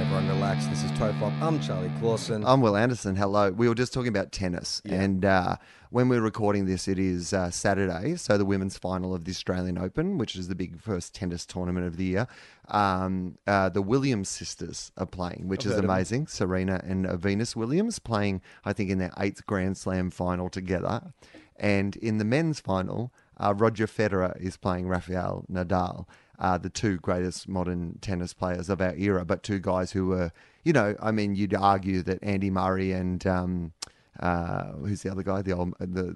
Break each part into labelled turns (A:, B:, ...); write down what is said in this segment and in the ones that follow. A: Everyone relax. This is Tofop. I'm Charlie Clausen.
B: I'm Will Anderson. Hello. We were just talking about tennis, and uh, when we're recording this, it is uh, Saturday, so the women's final of the Australian Open, which is the big first tennis tournament of the year. Um, uh, the Williams sisters are playing, which is
A: heard of 'em.
B: amazing. Serena and uh, Venus Williams playing, I think, in their eighth Grand Slam final together, and in the men's final, uh, Roger Federer is playing Rafael Nadal. Uh, the two greatest modern tennis players of our era, but two guys who were you know, I mean, you'd argue that Andy Murray and um, uh, who's the other guy? The old the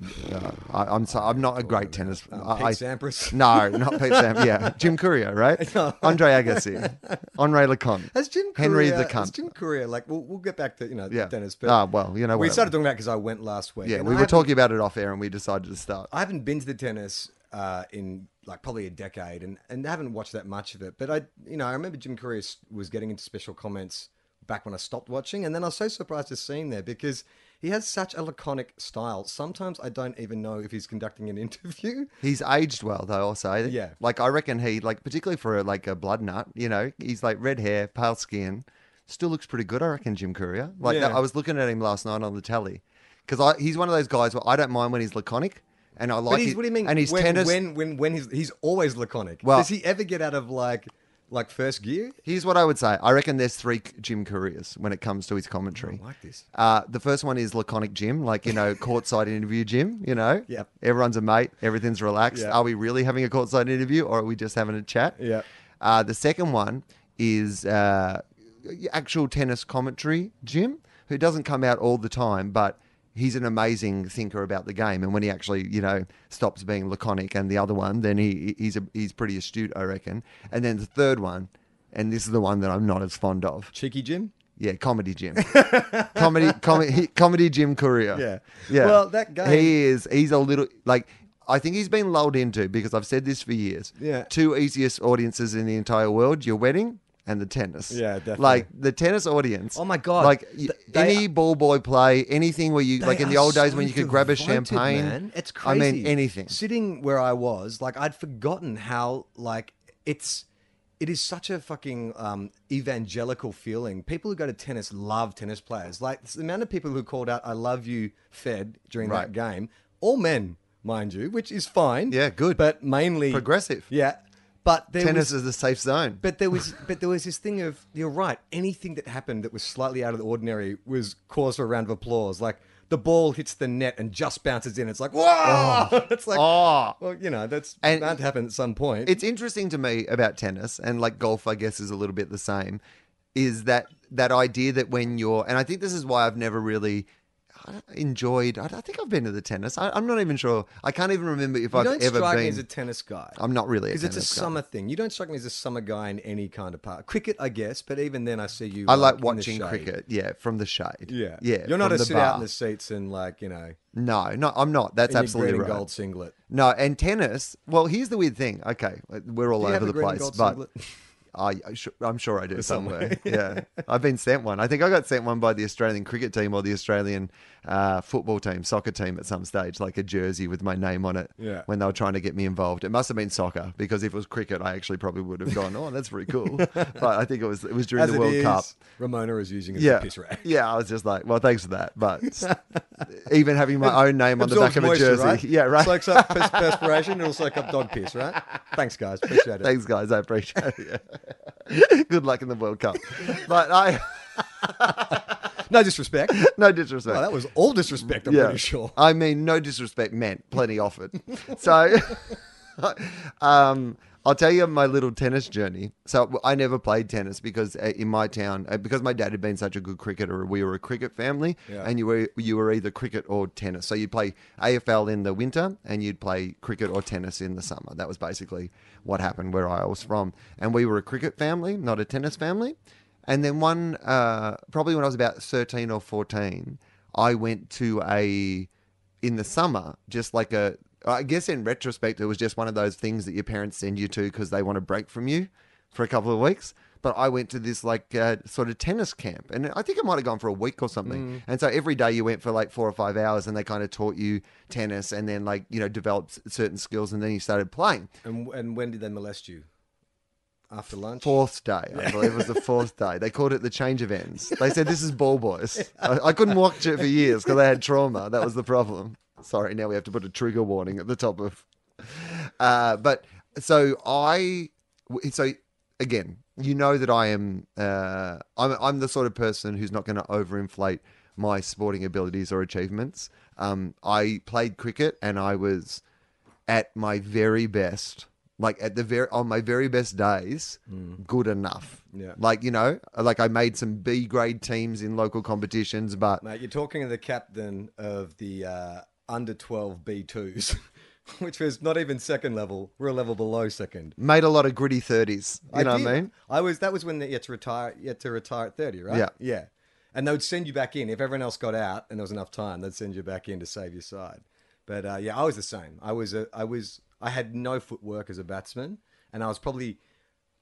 B: the. Uh, I, I'm sorry, I'm not a great tennis.
A: Uh, Pete
B: I- I-
A: Sampras.
B: No, not Pete Sampras. Yeah, Jim Courier, right? Andre Agassi, Andre Lecomte,
A: Has Jim
B: Henry
A: Courier,
B: the
A: has
B: cunt.
A: Jim Courier, like we'll, we'll get back to you know
B: yeah.
A: Dennis. But
B: Ah, well, you know
A: we
B: whatever.
A: started talking about because I went last week.
B: Yeah,
A: and
B: we
A: I
B: were
A: haven't-
B: talking about it off air, and we decided to start.
A: I haven't been to the tennis uh, in like probably a decade, and and haven't watched that much of it. But I, you know, I remember Jim Courier s- was getting into special comments back when I stopped watching, and then I was so surprised to see him there because. He has such a laconic style. Sometimes I don't even know if he's conducting an interview.
B: He's aged well though, also.
A: Yeah.
B: like I reckon he like particularly for like a blood nut. You know, he's like red hair, pale skin, still looks pretty good. I reckon Jim Courier. Like
A: Yeah.
B: I was looking at him last night on the telly because he's one of those guys where I don't mind when he's laconic, and I like.
A: but he's,
B: it-
A: what do you mean?
B: And he's
A: when,
B: tennis.
A: When when when he's he's always laconic.
B: Well-
A: does he ever get out of like like first gear?
B: Here's what I would say. I reckon there's three Jim Couriers when it comes to his commentary.
A: I like this.
B: Uh, the first one is laconic Jim, like you know, courtside interview Jim. You know,
A: Yep.
B: everyone's a mate, everything's relaxed.
A: Yep.
B: Are we really having a courtside interview, or are we just having a chat?
A: Yep.
B: Uh, the second one is uh, actual tennis commentary Jim, who doesn't come out all the time, but he's an amazing thinker about the game. And when he actually, you know, stops being laconic, and the other one, then he he's a, he's pretty astute, I reckon. And then the third one. And this is the one that I'm not as fond of.
A: Cheeky Jim.
B: Yeah, comedy Jim. comedy, comedy, comedy Jim Courier.
A: Yeah.
B: yeah.
A: Well, that guy-
B: He is. He's a little like. I think he's been lulled into because I've said this for years.
A: Yeah.
B: Two easiest audiences in the entire world: your wedding and the tennis.
A: Yeah, definitely.
B: Like the tennis audience.
A: Oh my God.
B: Like
A: Th-
B: y
A: they-
B: any ball boy play, anything where you
A: They
B: like in the
A: are
B: old days
A: so
B: when you could grab a
A: devoted,
B: champagne.
A: man. It's crazy.
B: I mean, anything.
A: Sitting where I was, like I'd forgotten how like it's it is such a fucking um, evangelical feeling. People who go to tennis love tennis players. Like the amount of people who called out "I love you" Fed during that
B: Right.
A: game, all men, mind you, which is fine.
B: Yeah, good.
A: But mainly
B: Progressive.
A: Yeah, but there
B: Tennis
A: was,
B: is a safe zone.
A: but there was, but there was this thing of you're right. Anything that happened that was slightly out of the ordinary was cause for a round of applause. Like the ball hits the net and just bounces in. It's like whoa! it's like
B: oh.
A: well, you know, that's
B: And-
A: that happened at some point.
B: it's interesting to me about tennis and like golf i guess is a little bit the same is that that idea that when you're and i think this is why i've never really uh, enjoyed i don't think i've been to the tennis I, i'm not even sure i can't even remember if
A: you
B: i've
A: don't
B: ever
A: strike
B: been
A: me as a tennis guy.
B: i'm not really a
A: because
B: tennis
A: it's a
B: guy.
A: summer thing. You don't strike me as a summer guy in any kind of part. Cricket, I guess, but even then, I see you.
B: I like
A: in the
B: watching
A: shade.
B: cricket, yeah, from the shade.
A: Yeah,
B: yeah.
A: You're not
B: from
A: a
B: the
A: sit out
B: bar.
A: in the seats and like you know,
B: No, no, I'm not. That's
A: in your
B: absolutely
A: green and
B: right.
A: gold singlet.
B: No, and tennis. Well, here's the weird thing. Okay, we're all
A: Do you have
B: over
A: a
B: the
A: green and
B: place,
A: gold
B: but
A: singlet?
B: I, I su- I'm sure I do
A: Somewhere.
B: somewhere. yeah, I've been sent one. I think I got sent one by the Australian cricket team or the Australian uh, football team, soccer team at some stage, like a jersey with my name on it.
A: Yeah.
B: When they were trying to get me involved, it must have been soccer because if it was cricket, I actually probably would have gone. Oh, that's pretty cool. but I think it was it was during
A: As
B: the
A: it
B: World
A: is,
B: Cup.
A: Ramona is using it as
B: Yeah,
A: a piss rack.
B: yeah. I was just like, well, thanks for that. But s- even having my own name on the back
A: Absorbs
B: of a
A: moisture,
B: jersey,
A: right?
B: yeah, right.
A: Soaks up pers- perspiration. It'll soak up dog piss, right? Thanks, guys. Appreciate it.
B: Thanks, guys. I appreciate it. Good luck in the World Cup. But I,
A: No disrespect.
B: no disrespect.
A: Well, that was all disrespect, I'm pretty sure.
B: I mean, no disrespect meant plenty offered. so, um, I'll tell you my little tennis journey. So I never played tennis because uh, in my town, uh, because my dad had been such a good cricketer, we were a cricket family,
A: Yeah.
B: and you were you were either cricket or tennis. So you'd play AFL in the winter, and you'd play cricket or tennis in the summer. That was basically what happened where I was from, and we were a cricket family, not a tennis family. And then one, uh, probably when I was about thirteen or fourteen, I went to a in the summer, just like a. I guess in retrospect, it was just one of those things that your parents send you to because they want to break from you for a couple of weeks. But I went to this like uh, sort of tennis camp, and I think I might have gone for a week or something. And so every day you went for like four or five hours, and they kind of taught you tennis, and then like you know developed s- certain skills, and then you started playing.
A: And, and when did they molest you? After lunch?
B: Fourth day, I believe it was the fourth day. They called it the change of ends. They said this is ball boys. I, I couldn't watch it for years because I had trauma. That was the problem. Sorry, now we have to put a trigger warning at the top of. Uh, but so I, w- so again, you know that I am, uh, I'm, I'm the sort of person who's not going to overinflate my sporting abilities or achievements. Um, I played cricket and I was at my very best, like at the very on my very best days, good enough.
A: Mm. Yeah.
B: Like you know, like I made some B grade teams in local competitions, but
A: Mate, you're talking to the captain of the uh, under 12 B2s, which was not even second level. We're a level below second.
B: made a lot of gritty thirties. You know
A: did.
B: what I mean?
A: I was that was when they, you had to retire. You had to retire at thirty, right?
B: Yeah.
A: yeah. And they would send you back in if everyone else got out and there was enough time. They'd send you back in to save your side. But uh, yeah, I was the same. I was a, I was I had no footwork as a batsman, and I was probably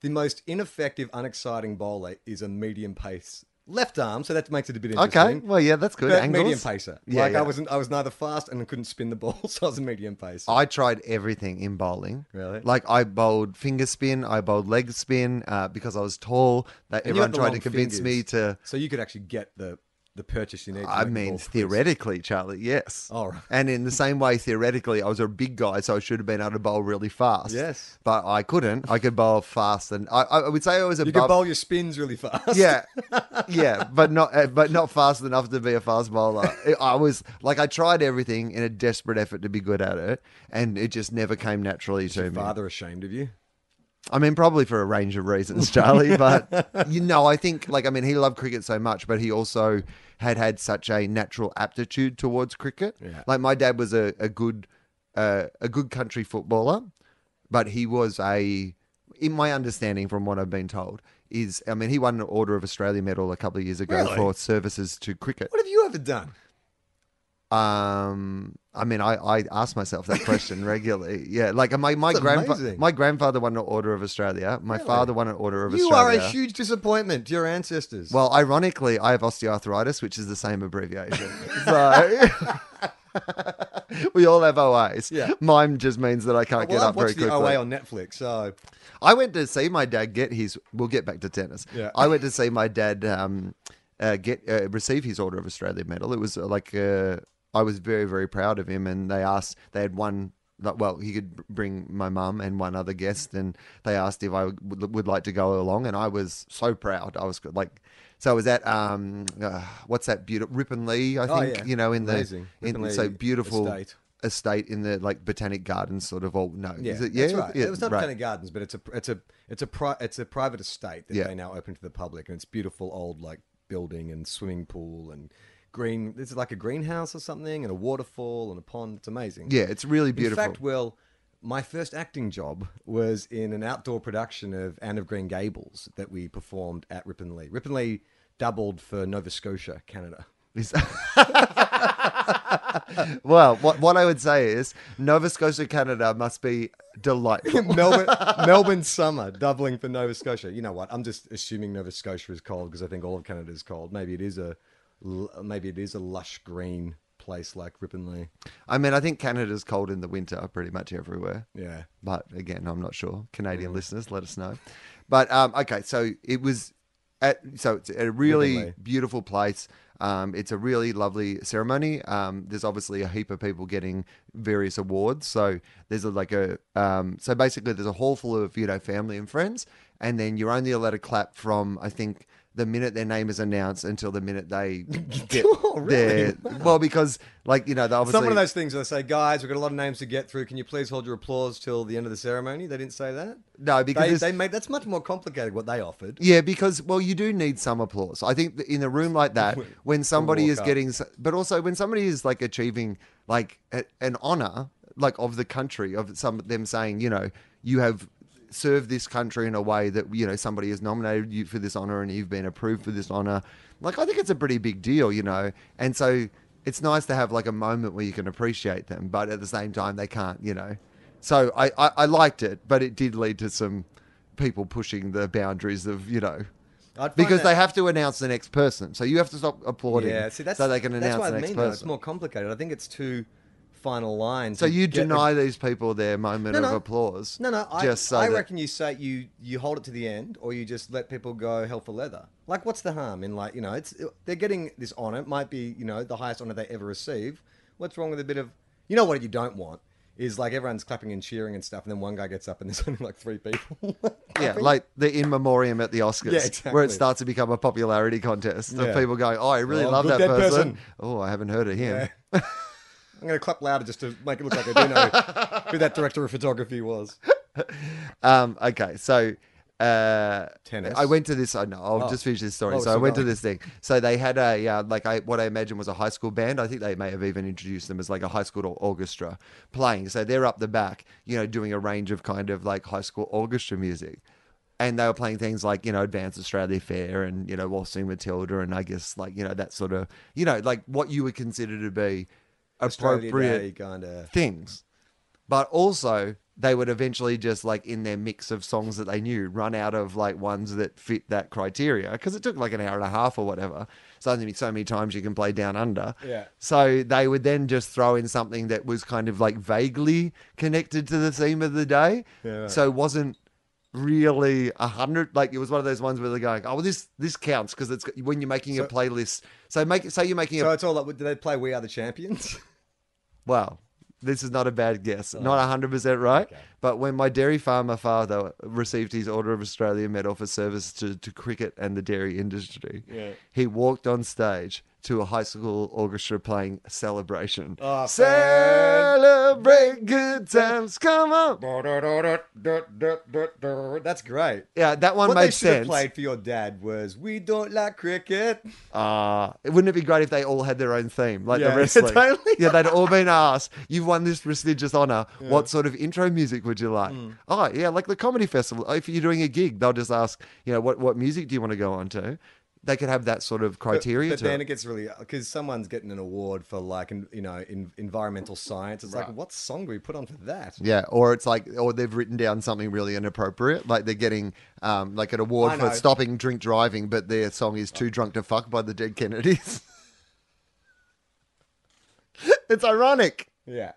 A: the most ineffective, unexciting bowler is a medium pace left arm. So that makes it a bit interesting.
B: Okay. Well, yeah, that's good.
A: But
B: Angles.
A: medium pacer.
B: Yeah,
A: like
B: yeah.
A: I wasn't. I was neither fast and I couldn't spin the ball, so I was a medium pacer.
B: I tried everything in bowling.
A: Really?
B: Like I bowled finger spin, I bowled leg spin uh, because I was tall. That
A: And you
B: everyone
A: had the
B: tried
A: long
B: to convince me
A: fingers.
B: to.
A: So you could actually get the the purchase you need. to
B: I
A: make the
B: mean,
A: ball twist.
B: theoretically, Charlie, yes.
A: All right.
B: And in the same way, theoretically, I was a big guy, so I should have been able to bowl really fast.
A: Yes.
B: But I couldn't. I could bowl fast, and I, I would say I was
A: You
B: above.
A: can bowl your spins really fast.
B: yeah, yeah, but not uh, but not fast enough to be a fast bowler. I- I was like, I tried everything in a desperate effort to be good at it, and it just never came naturally to
A: Your
B: me.
A: father ashamed of you.
B: I mean, probably for a range of reasons, Charlie. But you know, I think like I mean, he loved cricket so much, but he also had had such a natural aptitude towards cricket.
A: Yeah.
B: Like my dad was a, a good uh, a good country footballer, but he was a in my understanding from what I've been told is I mean he won an Order of Australia medal a couple of years ago
A: Really?
B: for services to cricket.
A: What have you ever done?
B: Um, I mean, I, I ask myself that question regularly. Yeah, like my my
A: That's
B: grandfather
A: amazing.
B: my grandfather won an Order of Australia. My father won an Order of
A: you
B: Australia.
A: are a huge disappointment to your ancestors.
B: well, ironically, I have osteoarthritis, which is the same abbreviation. so we all have OAs.
A: Yeah.
B: mine just means that I can't
A: Well,
B: get
A: I've
B: up very
A: watched the
B: quickly.
A: OA on Netflix, so
B: I went to see my dad get his. We'll get back to tennis.
A: Yeah.
B: I went to see my dad um, uh, get uh, receive his Order of Australia medal. It was uh, like uh, I was very very proud of him, and they asked they had one. Like, well, he could bring my mum and one other guest, and they asked if I would, would like to go along, and I was so proud. I was like, so I was at um, uh, what's that beautiful Ripon Lee, I
A: Oh,
B: think
A: yeah.
B: you know in
A: Amazing.
B: the in,
A: Ripon
B: so
A: Lee
B: beautiful estate.
A: estate.
B: in the like botanic gardens, sort of all no,
A: yeah,
B: is it,
A: that's
B: yeah,
A: right.
B: yeah,
A: it was not
B: right.
A: Botanic Gardens, but it's a it's a it's a pri- it's a private estate that
B: Yeah.
A: they now open to the public, and it's beautiful old like building and swimming pool and green. It's like a greenhouse or something, and a waterfall and a pond. It's amazing.
B: Yeah, it's really beautiful.
A: In fact, well, my first acting job was in an outdoor production of Anne of Green Gables that we performed at Ripon Lee. Ripon Lee doubled for Nova Scotia, Canada.
B: Is- well, what, what I would say is Nova Scotia, Canada must be delightful.
A: Melbourne, Melbourne summer doubling for Nova Scotia. You know what? I'm just assuming Nova Scotia is cold because I think all of Canada is cold. Maybe it is a l- maybe it is a lush green place like Ripon Lee.
B: I mean, I think Canada's cold in the winter pretty much everywhere.
A: Yeah.
B: But again, I'm not sure. Canadian
A: Mm.
B: listeners, let us know. But um, okay, so it was at so it's a really
A: Ribbonley.
B: beautiful place. Um, it's a really lovely ceremony. Um, there's obviously a heap of people getting various awards. So there's a, like a um, so basically there's a hall full of you know family and friends, and then you're only allowed to clap from I think the minute their name is announced until the minute they get
A: Oh, really?
B: their well because like you know they
A: It's
B: obviously
A: not one of those things where they say, guys, we've got a lot of names to get through. Can you please hold your applause till the end of the ceremony? They didn't say that.
B: no
A: They,
B: because
A: they
B: it's-
A: made that's much more complicated what they offered.
B: yeah because well you do need some applause I think that in a room like that when somebody
A: walk
B: is
A: up.
B: getting s- but also when somebody is like achieving like a, an honor like of the country of some them saying you know you have served this country in a way that you know somebody has nominated you for this honor and you've been approved for this honor like i think it's a pretty big deal you know and so it's nice to have like a moment where you can appreciate them but at the same time they can't you know so i i, I liked it but it did lead to some people pushing the boundaries of you know
A: I'd find
B: because
A: that-
B: they have to announce the next person, so you have to stop applauding.
A: Yeah, see, that's
B: so they can
A: that's
B: announce
A: what
B: the
A: I
B: next
A: mean. though. It's
B: person.
A: more complicated. I think it's two final lines.
B: So
A: You
B: you
A: get-
B: deny these people their moment
A: No,
B: of
A: no.
B: applause?
A: No, no. I,
B: just so
A: I
B: that-
A: reckon you say you you hold it to the end, or you just let people go hell for leather. Like, what's the harm in like you know? It's they're getting this honor. It might be you know the highest honor they ever receive. What's wrong with a bit of you know what you don't want is like everyone's clapping and cheering and stuff, and then one guy gets up and there's only like three people.
B: yeah,
A: clapping.
B: like the in memoriam at the Oscars,
A: Yeah,
B: where
A: exactly.
B: it starts to become a popularity contest
A: Yeah.
B: of people going, "Oh, I really
A: Oh,
B: love
A: good
B: that
A: dead
B: person.
A: person.
B: Oh, I haven't heard of him."
A: Yeah. I'm gonna clap louder just to make it look like I do know who that director of photography was.
B: Um, okay, so uh,
A: Tennis.
B: I went to this. I know. I'll
A: Oh.
B: just finish this story.
A: Oh,
B: so
A: so
B: I went
A: go
B: to
A: on.
B: this thing. So they had a uh, like I, what I imagine was a high school band. I think they may have even introduced them as like a high school or- orchestra playing. So they're up the back, you know, doing a range of kind of like high school orchestra music. And they were playing things like, you know, Advanced Australia Fair and, you know, Waltzing Matilda and I guess like, you know, that sort of, you know, like what you would consider to be
A: Australia
B: appropriate
A: Day kind of.
B: things, but also they would eventually just like in their mix of songs that they knew run out of like ones that fit that criteria because it took like an hour and a half or whatever. So only so many times you can play down under.
A: Yeah.
B: So they would then just throw in something that was kind of like vaguely connected to the theme of the day.
A: Yeah, right.
B: So it wasn't really a hundred like it was one of those ones where they're going oh well this this counts because it's when you're making a playlist so make say you're making a
A: So it's all like, do they play We Are the Champions?
B: Wow. This is not a bad guess.
A: Oh.
B: Not 100% right. But when my dairy farmer father received his Order of Australia medal for service to, to cricket and the dairy industry,
A: Yeah.
B: he walked on stage to a high school orchestra playing Celebration.
A: Oh,
B: Celebrate good times. Come on.
A: That's great.
B: Yeah, that one
A: What they
B: made
A: should have
B: sense.
A: played for your dad was "We Don't Like Cricket."
B: Ah, it wouldn't it be great if they all had their own theme, like
A: Yeah,
B: the wrestling?
A: totally.
B: Yeah, they'd all been asked, "You've won this prestigious honor. What sort of intro music would you like?"
A: Mm.
B: Oh, yeah, like the comedy festival. Oh, If you're doing a gig, they'll just ask, you know, what what music do you want to go on to? They could have that sort of criteria
A: But
B: to
A: then
B: it.
A: it gets really because someone's getting an award for like in, you know in, environmental science. It's like what song do we put on for that?
B: Yeah, or it's like, or they've written down something really inappropriate, like they're getting um, like an award
A: I
B: for
A: know.
B: stopping drink driving, but their song is "Too Drunk to Fuck" by the Dead Kennedys. it's ironic.
A: Yeah,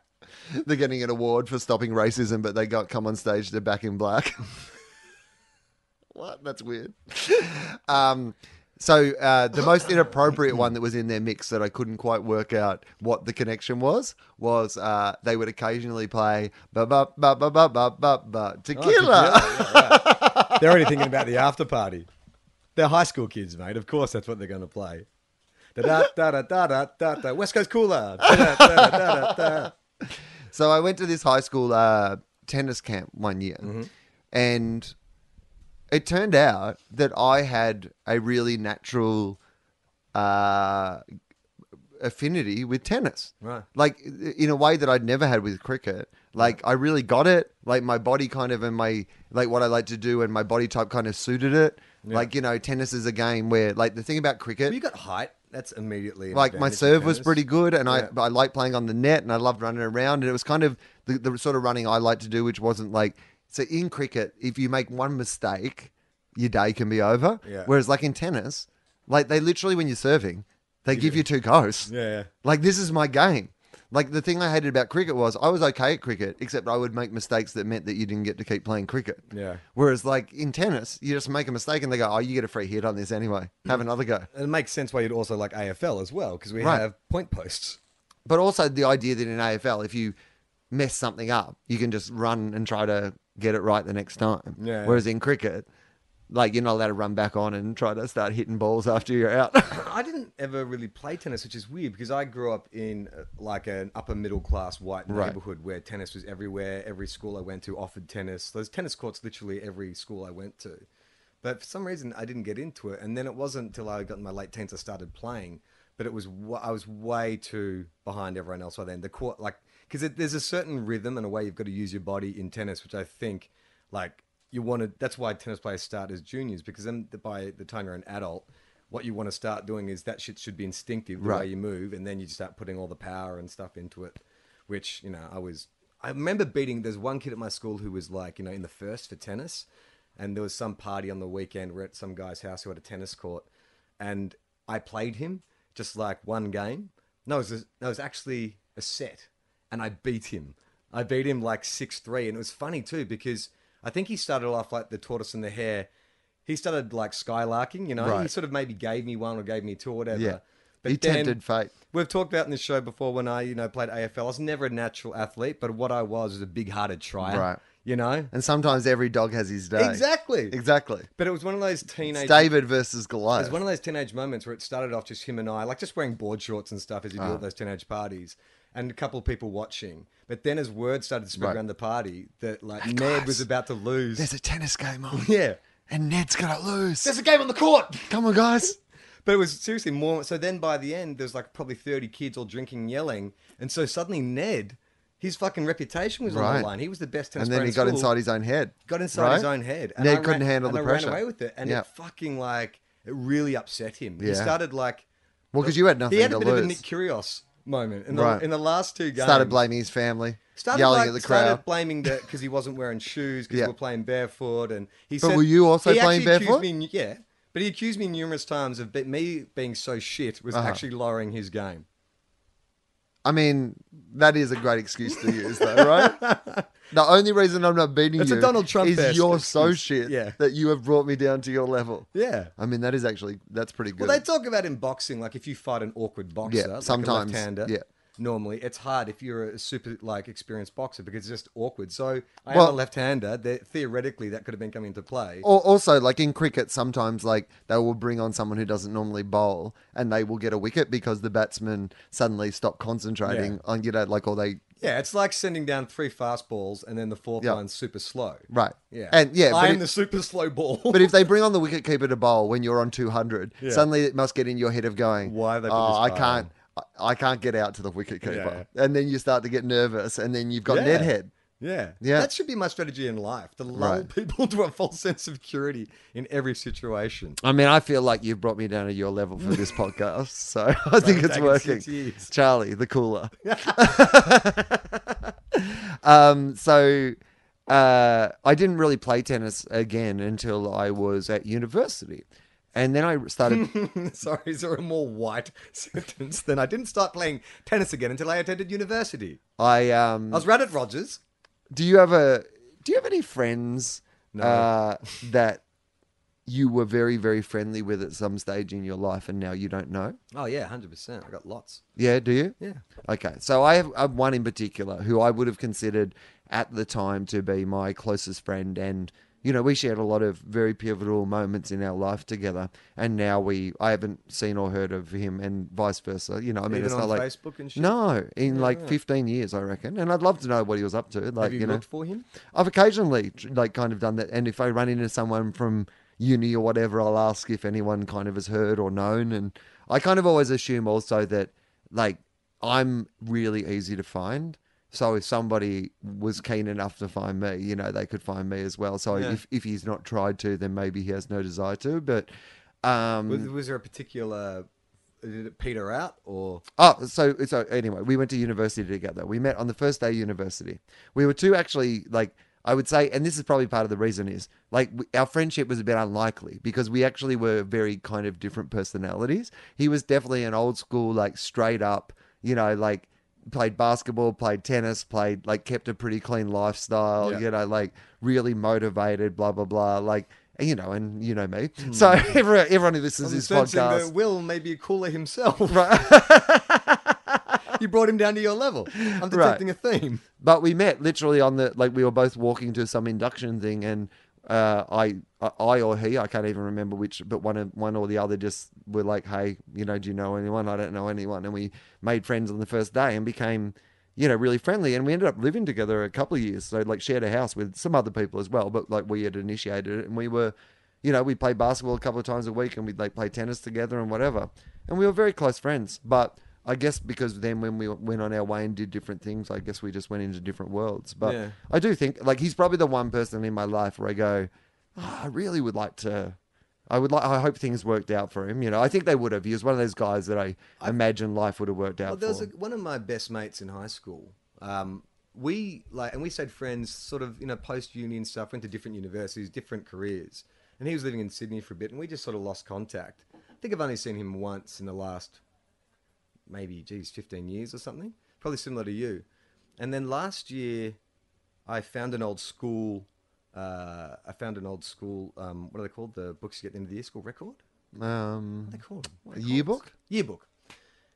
B: They're getting an award for stopping racism, but they got come on stage to back in black. what? That's weird. Um, so uh, the most inappropriate one that was in their mix that I couldn't quite work out what the connection was was uh, they would occasionally play ba ba ba ba ba ba ba ba
A: Oh,
B: tequila.
A: they're already thinking about the after party. They're high school kids, mate. Of course, that's what they're going to play. Da da da da da da da da. West Coast Cooler. Da, da, da, da, da, da.
B: So I went to this high school uh, tennis camp one year, and it turned out that I had a really natural uh, affinity with tennis.
A: Right.
B: Like in a way that I'd never had with cricket. Like I really got it. Like my body kind of and my like what I like to do and my body type kind of suited it. Like you know, tennis is a game where like the thing about cricket.
A: Have you got height? That's immediately an
B: Like my
A: advantage in
B: serve was
A: tennis.
B: pretty good, and
A: Yeah.
B: I but I liked playing on the net, and I loved running around, and it was kind of the, the sort of running I like to do, which wasn't like so in cricket. If you make one mistake, your day can be over.
A: Yeah.
B: Whereas like in tennis, like they literally when you're serving, they give you two goes.
A: Yeah, yeah.
B: Like this is my game. Like the thing I hated about cricket was I was okay at cricket, except I would make mistakes that meant that you didn't get to keep playing cricket.
A: Yeah.
B: Whereas like in tennis, you just make a mistake and they go, "Oh, you get a free hit on this anyway.
A: Mm.
B: Have another go."
A: it makes sense why you'd also like AFL as well because we
B: Right.
A: have point posts.
B: but also the idea that in AFL, if you mess something up, you can just run and try to get it right the next time.
A: Yeah.
B: Whereas in cricket, Like you're not allowed to run back on and try to start hitting balls after you're out.
A: I didn't ever really play tennis, which is weird because I grew up in uh, like an upper middle class white
B: Right.
A: neighborhood where tennis was everywhere. Every school I went to offered tennis. There's tennis courts literally every school I went to. But for some reason, I didn't get into it. And then it wasn't until I got in my late teens I started playing. But it was wa- I was way too behind everyone else by then. The court, like, because there's a certain rhythm and a way you've got to use your body in tennis, which I think, like, you want to. That's why tennis players start as juniors because then by the time you're an adult, what you want to start doing is that shit should be instinctive the way
B: Right.
A: you move, and then you start putting all the power and stuff into it. Which you know, I was. I remember beating. There's one kid at my school who was like, you know, in the first for tennis, and there was some party on the weekend. We're at some guy's house who had a tennis court, and I played him just like one game. No, it was, a, no, it was actually a set, and I beat him. I beat him like six three, and it was funny too because I think he started off like the tortoise and the hare. He started like skylarking, you know. He
B: Right.
A: sort of maybe gave me one or gave me two or whatever.
B: Yeah.
A: But
B: You
A: then-
B: tempted fate.
A: We've talked about in this show before when I, you know, played AFL. I was never a natural athlete, but what I was was a big-hearted trier.
B: Right.
A: You know.
B: and sometimes every dog has his day.
A: Exactly.
B: Exactly.
A: But it was one of those
B: It's
A: teenage.
B: David versus Goliath.
A: It's one of those teenage moments where it started off just him and I, like just wearing board shorts and stuff as
B: Uh.
A: you do at those teenage parties, and a couple of people watching. But then, as word started to spread
B: Right.
A: around the party that like Ned was
B: guys.
A: about to lose,
B: There's a tennis game on.
A: yeah,
B: And Ned's gonna lose.
A: there's a game on the court.
B: Come on, guys.
A: But it was seriously more. So then by the end, there's like probably 30 kids all drinking, yelling. And so suddenly Ned, his fucking reputation was on
B: Right.
A: the line. He was the best tennis
B: And then
A: player
B: he
A: in
B: got
A: school.
B: inside his own head.
A: got inside his
B: right?
A: own head.
B: Ned
A: I
B: couldn't handle
A: and
B: the
A: I
B: pressure.
A: ran away with it. And
B: Yeah.
A: it fucking like, it really upset him. He
B: Yeah.
A: started like.
B: Well, 'cause you had nothing
A: He had
B: to
A: a bit of
B: lose.
A: a Nick Kyrgios moment in the,
B: Right.
A: in the last two games.
B: Started blaming his family.
A: Started
B: yelling
A: like-
B: at the
A: Started
B: crowd.
A: blaming that because he wasn't wearing shoes because
B: Yeah.
A: we were playing barefoot, and he
B: But
A: said.
B: were you also
A: he
B: playing
A: actually accused
B: barefoot?
A: Me, yeah, but he accused me numerous times of be- me being so shit
B: Uh-huh.
A: was actually lowering his game.
B: I mean, that is a great excuse to use, though, right? the only reason I'm not beating
A: It's a
B: you
A: Donald Trump
B: is
A: best
B: you're so
A: excuse.
B: shit
A: Yeah.
B: that you have brought me down to your level.
A: Yeah.
B: I mean, that is actually that's pretty good.
A: Well, they talk about in boxing, like if you fight an awkward boxer,
B: Yeah,
A: like
B: sometimes,
A: a left-hander,
B: yeah.
A: normally it's hard if you're a super like experienced boxer because it's just awkward. So I
B: Well- Oh.
A: am a left-hander. That theoretically that could have been coming into play.
B: Or also, like in cricket, sometimes like they will bring on someone who doesn't normally bowl, and they will get a wicket because the batsmen suddenly stop concentrating
A: Yeah.
B: on you know like or they
A: yeah, it's like sending down three fastballs and then the fourth
B: Yeah.
A: one's super slow.
B: right
A: Yeah.
B: and yeah.
A: I
B: But,
A: am
B: it-
A: the super slow ball.
B: but if they bring on the wicket keeper to bowl when you're on two hundred,
A: Yeah.
B: suddenly it must get in your head of going,
A: Why have they put
B: oh,
A: this
B: I
A: guy
B: can't, I, I can't get out to the wicket keeper, and then you start to get nervous, and then you've got
A: Yeah.
B: net head.
A: Yeah.
B: Yeah.
A: That should be my strategy in life to lull
B: Right.
A: people to a false sense of security in every situation.
B: I mean, I feel like you've brought me down to your level for this podcast, so I think it's
A: taken
B: working.
A: six years.
B: Charlie, the cooler. um, so uh, I didn't really play tennis again until I was at university, and then I started.
A: Sorry, is there a more white sentence than I didn't start playing tennis again until I attended university?
B: I um,
A: I was right at Rogers.
B: do you have a do you have any friends
A: No.
B: uh, that you were very very friendly with at some stage in your life, and now you don't know?
A: Oh yeah, hundred percent. I got lots.
B: Yeah, do you?
A: Yeah.
B: Okay, so I have, I have one in particular who I would have considered at the time to be my closest friend, and you know we shared a lot of very pivotal moments in our life together, and now we I haven't seen or heard of him, and vice versa. You know, I mean,
A: Even
B: it's not
A: on
B: like
A: Facebook and shit?
B: No, in like fifteen years, I reckon, and I'd love to know what he was up to. Like
A: Have you,
B: you know,
A: looked for him?
B: I've occasionally tr- like kind of done that, and if I run into someone from uni or whatever, I'll ask if anyone kind of has heard or known, and I kind of always assume also that like I'm really easy to find. So if somebody was keen enough to find me, you know, they could find me as well. So
A: Yeah.
B: if, if he's not tried to, then maybe he has no desire to. But um,
A: Was, was there a particular did it peter out or
B: Oh, so so anyway, we went to university together. We met on the first day of university. We were two actually like I would say, and this is probably part of the reason is like we, our friendship was a bit unlikely because we actually were very kind of different personalities. He was definitely an old school, like straight up, you know, like played basketball, played tennis, played like kept a pretty clean lifestyle,
A: Yeah.
B: you know, like really motivated, blah blah blah, like. You know, and you know me. So everyone, everyone who listens
A: Hmm. I'm
B: to this
A: sensing
B: podcast,
A: that Will may be a cooler himself. you brought him down to your level. I'm detecting a theme.
B: But we met literally on the like we were both walking to some induction thing, and uh, I, I or he, I can't even remember which, but one of one or the other just were like, hey, you know, do you know anyone? I don't know anyone, and we made friends on the first day and became, you know, really friendly, and we ended up living together a couple of years. So like shared a house with some other people as well, but like we had initiated it, and we were, you know, we played basketball a couple of times a week, and we'd like play tennis together and whatever, and we were very close friends, but. I guess because then when we went on our way and did different things, I guess we just went into different worlds. But
A: Yeah.
B: I do think like he's probably the one person in my life where I go, "Ah, I really would like to. I would like. I hope things worked out for him. You know, I think they would have. He was one of those guys that I, imagine life would have worked
A: Well,
B: out
A: there was
B: for.
A: a, one of my best mates in high school. Um, we like, and we stayed friends, sort of, you know, post uni and stuff. Went to different universities, different careers, and he was living in Sydney for a bit, and we just sort of lost contact. I think I've only seen him once in the last, maybe, geez, fifteen years or something. Probably similar to you. And then last year, I found an old school. Uh, I found an old school. Um, what are they called? The books you get at the end of the year school record.
B: um,
A: What are they called? What are
B: a
A: they called?
B: yearbook.
A: yearbook.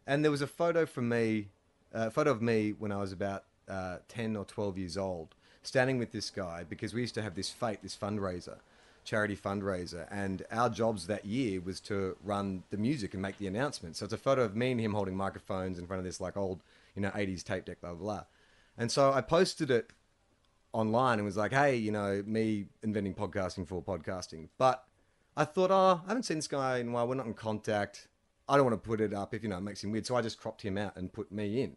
A: And there was a photo from me, uh, a photo of me when I was about uh, 10 or 12 years old, standing with this guy because we used to have this fate, this fundraiser, charity fundraiser. And our jobs that year was to run the music and make the announcements. So it's a photo of me and him holding microphones in front of this like old, you know, 80s tape deck, blah, blah, blah. And so I posted it online and was like, hey, you know, me inventing podcasting for podcasting. But I thought, oh, I haven't seen this guy in a while. We're not in contact. I don't want to put it up if, you know, it makes him weird. So I just cropped him out and put me in.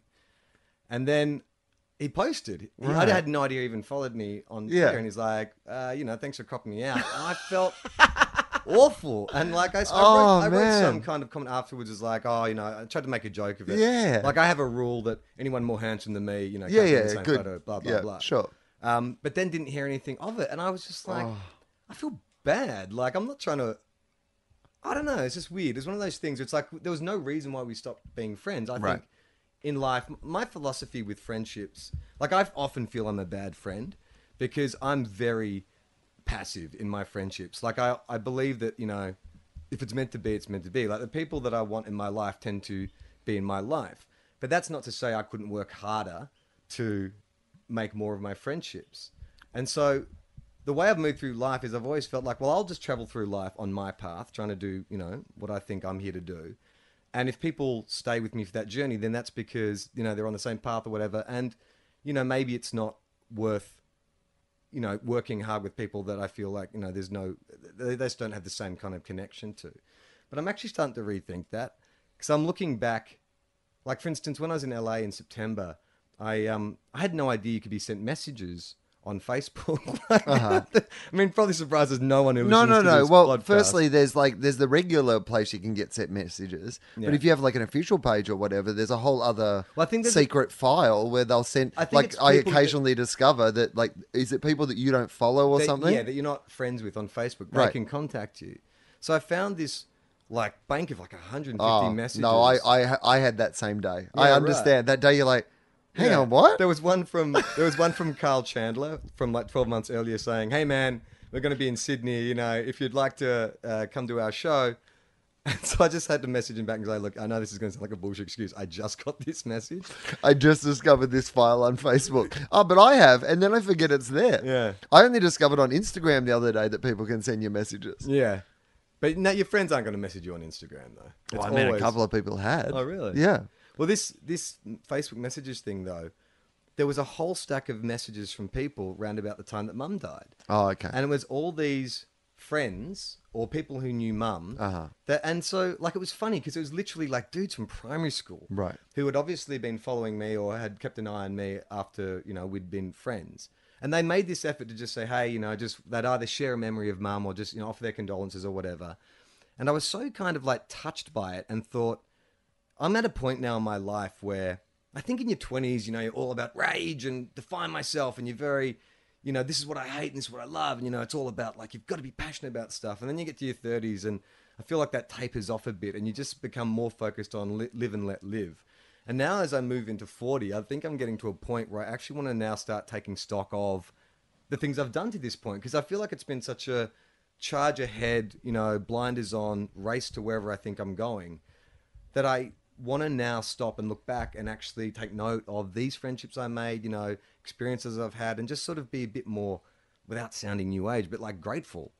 A: And then he posted. He-
B: Right.
A: I had no idea he even followed me on
B: Yeah.
A: Twitter. And he's like, uh, you know, thanks for cropping me out. And I felt awful. And like, I, I,
B: Oh,
A: wrote, I wrote
B: man.
A: some kind of comment afterwards is like, oh, you know, I tried to make a joke of it.
B: Yeah.
A: Like, I have a rule that anyone more handsome than me, you know,
B: Yeah,
A: can't be in
B: yeah,
A: the same
B: good.
A: photo, blah, blah,
B: yeah,
A: blah
B: sure. Oh.
A: um, but then didn't hear anything of it. And I was just like, I feel bad. Like, I'm not trying to. I don't know. It's just weird. It's one of those things. It's like there was no reason why we stopped being friends. I
B: Right.
A: think in life, m- my philosophy with friendships, like I often feel I'm a bad friend because I'm very passive in my friendships. Like I, I believe that you know, if it's meant to be, it's meant to be. Like the people that I want in my life tend to be in my life. But that's not to say I couldn't work harder to make more of my friendships. And so the way I've moved through life is I've always felt like, well, I'll just travel through life on my path, trying to do, you know, what I think I'm here to do. And if people stay with me for that journey, then that's because, you know, they're on the same path or whatever. And, you know, maybe it's not worth, you know, working hard with people that I feel like, you know, there's no, they they just don't have the same kind of connection to. But I'm actually starting to rethink that because I'm looking back like for instance, when I was in LA in September, I um I had no idea you could be sent messages on Facebook. I mean, probably surprises no one who
B: Uh-huh. No,
A: listens
B: no,
A: to
B: no.
A: this
B: Well,
A: podcast.
B: firstly, there's like there's the regular place you can get set messages,
A: Yeah.
B: but if you have like an official page or whatever, there's a whole other
A: Well, I think there's a-
B: secret file where they'll send.
A: I think
B: like
A: it's
B: I
A: people that-
B: occasionally discover that like is it people that you don't follow or
A: that-
B: something?
A: Yeah, that you're not friends with on Facebook. They
B: Right.
A: can contact you. So I found this like bank of like 150
B: Oh,
A: messages.
B: No, I, I I had that same day. I
A: Yeah,
B: understand that day. You're like, hang
A: Yeah.
B: on, what?
A: There was one from there was one from Carl Chandler from like 12 months earlier saying, "Hey man, we're going to be in Sydney. You know, if you'd like to uh, come to our show." And so I just had to message him back and say, "Look, I know this is going to sound like a bullshit excuse. I just got this message."
B: I just discovered this file on Facebook. Oh, but I have, and then I forget it's there.
A: Yeah.
B: I only discovered on Instagram the other day that people can send you messages.
A: Yeah, but no, your friends aren't going to message you on Instagram though. It's
B: Well, I mean, a
A: always-
B: couple of people had.
A: Oh, really?
B: Yeah.
A: Well, this this Facebook messages thing though, there was a whole stack of messages from people round about the time that Mum died.
B: Oh, okay.
A: and it was all these friends or people who knew mum
B: Uh-huh.
A: that and so like it was funny because it was literally like dudes from primary school
B: Right.
A: who had obviously been following me or had kept an eye on me after you know we'd been friends and they made this effort to just say hey you know just they'd either share a memory of mum or just you know offer their condolences or whatever and i was so kind of like touched by it and thought I'm at a point now in my life where I think in your 20s, you know, you're all about rage and define myself, and you're very, you know, this is what I hate and this is what I love. And, you know, it's all about like, you've got to be passionate about stuff. And then you get to your 30s, and I feel like that tapers off a bit, and you just become more focused on li- live and let live. And now as I move into 40, I think I'm getting to a point where I actually want to now start taking stock of the things I've done to this point because I feel like it's been such a charge ahead, you know, blinders on, race to wherever I think I'm going that I want to now stop and look back and actually take note of these friendships I made, you know, experiences I've had, and just sort of be a bit more without sounding new age, but like grateful,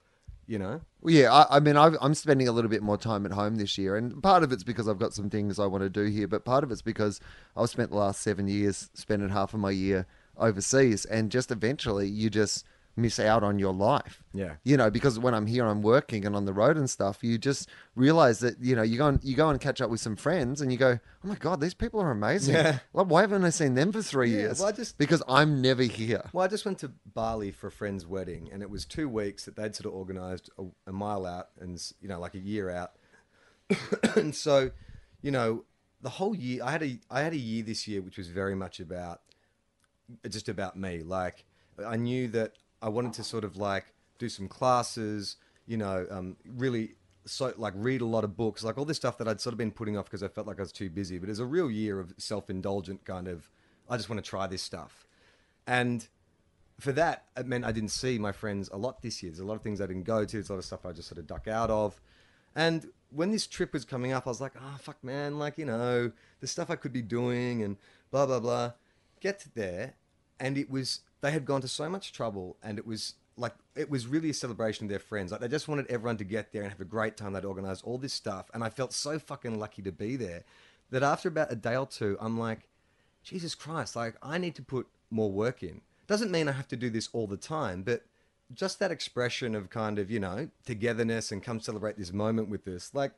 A: you know?
B: Well, yeah, I, I mean, I've, I'm spending a little bit more time at home this year, and part of it's because I've got some things I want to do here, but part of it's because I've spent the last seven years spending half of my year overseas, and just eventually you just miss out on your life.
A: Yeah.
B: you know, because when I'm here, I'm working and on the road and stuff. You just realize that you know you go and you go and catch up with some friends, and you go, oh my god, these people are amazing.
A: Yeah.
B: Like, why haven't I seen them for three
A: Yeah,
B: years?
A: well, I just-
B: because I'm never here.
A: Well, I just went to Bali for a friend's wedding, and it was two weeks that they'd sort of organised a, a mile out, and s- you know, like a year out. and so, you know, the whole year I had a I had a year this year which was very much about just about me. Like I knew that I wanted to sort of like do some classes, you know, um, really so like read a lot of books, like all this stuff that I'd sort of been putting off because I felt like I was too busy. But it was a real year of self indulgent kind of. I just want to try this stuff, and for that it meant I didn't see my friends a lot this year. There's a lot of things I didn't go to. There's a lot of stuff I just sort of duck out of. And when this trip was coming up, I was like, oh, fuck, man, like, you know, the stuff I could be doing and blah, blah, blah. Get there. And it was, they had gone to so much trouble. And it was like, it was really a celebration of their friends. Like, they just wanted everyone to get there and have a great time. They'd organized all this stuff. And I felt so fucking lucky to be there that after about a day or two, I'm like, Jesus Christ, like I need to put more work in. Doesn't mean I have to do this all the time, but just that expression of kind of, you know, togetherness and come celebrate this moment with us, like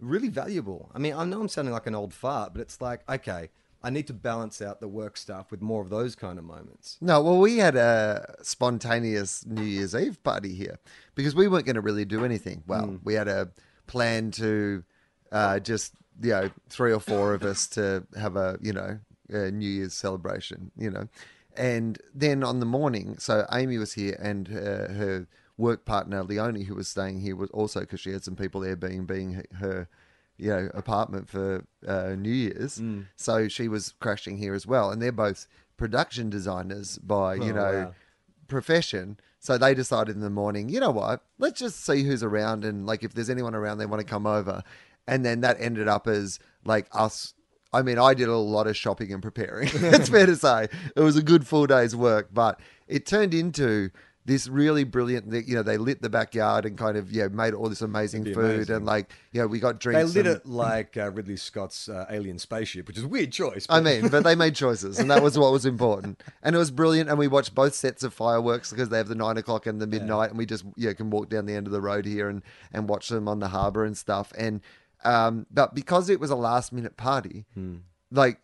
A: really valuable. I mean, I know I'm sounding like an old fart, but it's like, okay, I need to balance out the work stuff with more of those kind of moments.
B: No, well, we had a spontaneous New Year's Eve party here because we weren't going to really do anything. Well, we had a plan to uh, just, you know, three or four of us to have a, you know, a New Year's celebration, you know. And then on the morning, so Amy was here and uh, her work partner, Leonie, who was staying here, was also because she had some people there being, being her you know apartment for uh, New Year's,
A: Mm.
B: so she was crashing here as well. And they're both production designers by you
A: Oh,
B: know
A: wow.
B: profession, so they decided in the morning, you know what, let's just see who's around and like if there's anyone around they want to come over. And then that ended up as like us. I mean, I did a lot of shopping and preparing. it's fair to say it was a good full day's work, but it turned into this really brilliant. You know, they lit the backyard and kind of yeah made all this amazing
A: be
B: food
A: amazing.
B: and like you know we got drinks.
A: They lit
B: and-
A: it like uh, Ridley Scott's uh, Alien Spaceship, which is a weird choice.
B: I
A: but-
B: mean, but they made choices, and that was what was important. And it was brilliant. And we watched both sets of fireworks because they have the nine o'clock and the midnight, and we just yeah can walk down the end of the road here and and watch them on the harbour and stuff. And um, but because it was a last minute party, like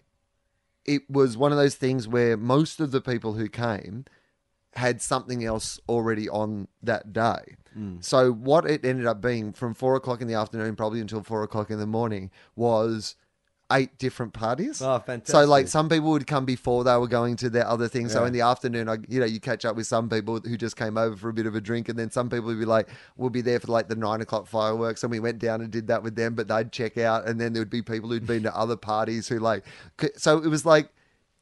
B: it was one of those things where most of the people who came had something else already on that day. So what it ended up being from four o'clock in the afternoon, probably until four o'clock in the morning, was eight different parties.
A: Oh, fantastic.
B: So like some people would come before they were going to their other thing. So
A: Yeah.
B: in the afternoon, I, you know, you catch up with some people who just came over for a bit of a drink, and then some people would be like, "We'll be there for like the nine o'clock fireworks," and we went down and did that with them. But they'd check out, and then there would be people who'd been to other parties who like. c- So it was like,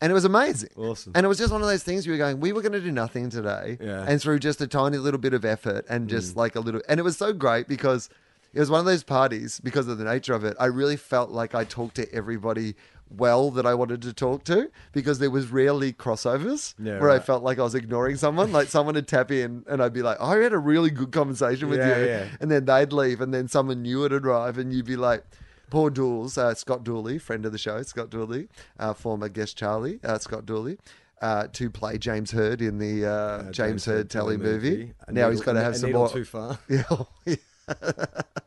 B: and it was amazing.
A: Awesome.
B: And it was just one of those things you were going, we were going to do nothing today.
A: Yeah. Mm.
B: And through just a tiny little bit of effort and just like a little, and it was so great because it was one of those parties because of the nature of it. I really felt like I talked to everybody well that I wanted to talk to because there was rarely crossovers
A: Yeah,
B: where I
A: right.
B: felt like I was ignoring someone. Like someone would tap in and I'd be like, "Oh, I had a really good conversation with
A: Yeah,
B: you.
A: yeah.
B: And then they'd leave, and then someone new would arrive, and you'd be like, poor Dools, uh, Scott Dooley, friend of the show, Scott Dooley, uh, former guest Charlie, uh, Scott Dooley. Uh, to play James Heard in the uh, James, Heard telly movie.
A: A
B: Now he's
A: needle-
B: got to
A: a
B: have some
A: needle
B: more.
A: Too far.
B: Yeah.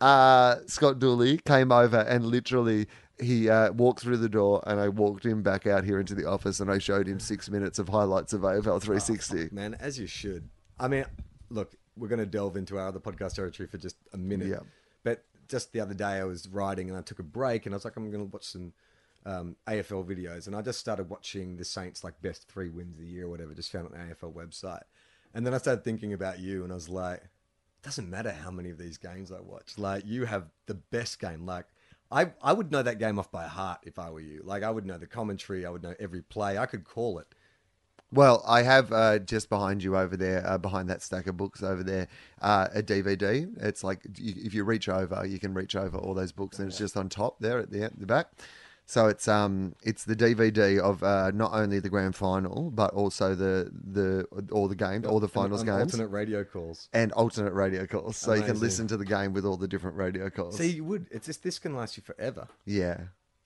B: uh, Scott Dooley came over and literally he uh, walked through the door and I walked him back out here into the office and I showed him six minutes of highlights of AFL 360.
A: man, as you should. I mean, look, we're going to delve into our other podcast territory for just a minute.
B: Yeah.
A: But just the other day, I was riding and I took a break, and I was like, I'm going to watch some um, AFL videos, and I just started watching the Saints like best three wins of the year or whatever. Just found it on the AFL website, and then I started thinking about you, and I was like, doesn't matter how many of these games I watch. Like you have the best game. Like I, I would know that game off by heart if I were you. Like I would know the commentary. I would know every play. I could call it.
B: Well, I have uh, just behind you over there, uh, behind that stack of books over there, uh, a DVD. It's like you, if you reach over, you can reach over all those books, and it's just on top there at the, the back. So it's um it's the DVD of uh, not only the grand final but also the the all the games, all the finals
A: on
B: games,
A: alternate radio calls.
B: and alternate radio calls. So you can
A: Amazing.
B: listen to the game with all the different radio calls.
A: So you would. It's just this can last you forever.
B: yeah,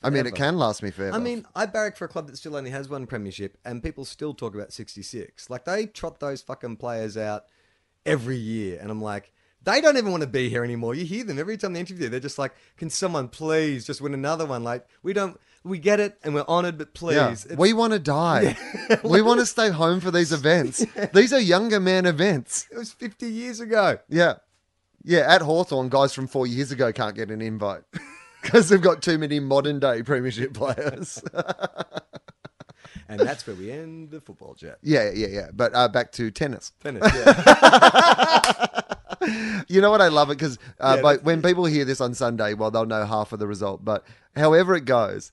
B: I mean
A: Forever.
B: it can last me forever.
A: I mean, I barrack for a club that still only has one premiership, and people still talk about 66. Like, they trot those fucking players out every year, and I'm like, they don't even want to be here anymore. You hear them every time they interview. They're just like, can someone please just win another one? Like, we don't, we get it, and we're honored, but please.
B: Yeah.
A: It's-
B: We want to die. we want to stay home for these events. These are younger man events.
A: it was 50 years ago.
B: Yeah. Yeah, at Hawthorn, guys from four years ago can't get an invite because they've got too many modern day premiership players.
A: And that's where we end the football chat.
B: yeah, yeah, yeah. But uh, back to tennis.
A: Tennis, yeah.
B: You know what? I love it because uh,
A: Yeah,
B: by-
A: that's-
B: when people hear this on Sunday, well, they'll know half of the result. But however it goes,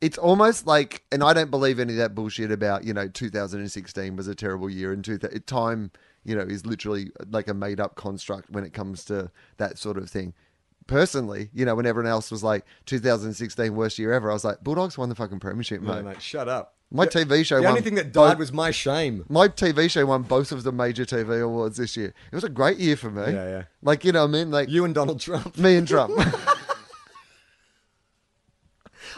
B: it's almost like, and I don't believe any of that bullshit about, you know, 2016 was a terrible year and two th- time, you know, is literally uh, like a made up construct when it comes to that sort of thing. Personally, you know, when everyone else was like 2016 worst year ever, I was like, Bulldogs won the fucking premiership, mate.
A: No, mate, shut up.
B: My
A: The-
B: TV show
A: The
B: won
A: only thing that
B: both-
A: died was my shame.
B: my TV show won both of the major TV awards this year. It was a great year for me.
A: Yeah, yeah.
B: Like, you know what I mean? Like,
A: You and Donald Trump.
B: me and Trump.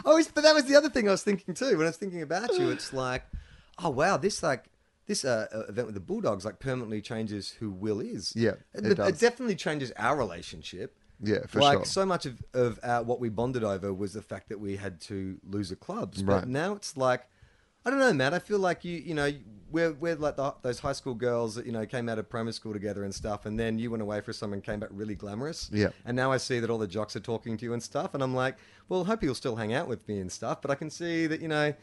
A: Oh, it's- but that was the other thing I was thinking too. When I was thinking about you, it's like, oh wow, this like this uh, uh, event with the Bulldogs like permanently changes who Will is.
B: Yeah,
A: it, but
B: it does.
A: it definitely changes our relationship.
B: Yeah, for
A: like
B: sure.
A: so much of of our, what we bonded over was the fact that we had two loser clubs.
B: Right.
A: But now it's like, I don't know, Matt. I feel like you, you know, we're we're like the, those high school girls that you know came out of primary school together and stuff, and then you went away for some and came back really glamorous.
B: Yeah.
A: And now I see that all the jocks are talking to you and stuff, and I'm like, well, hope you'll still hang out with me and stuff. But I can see that you know,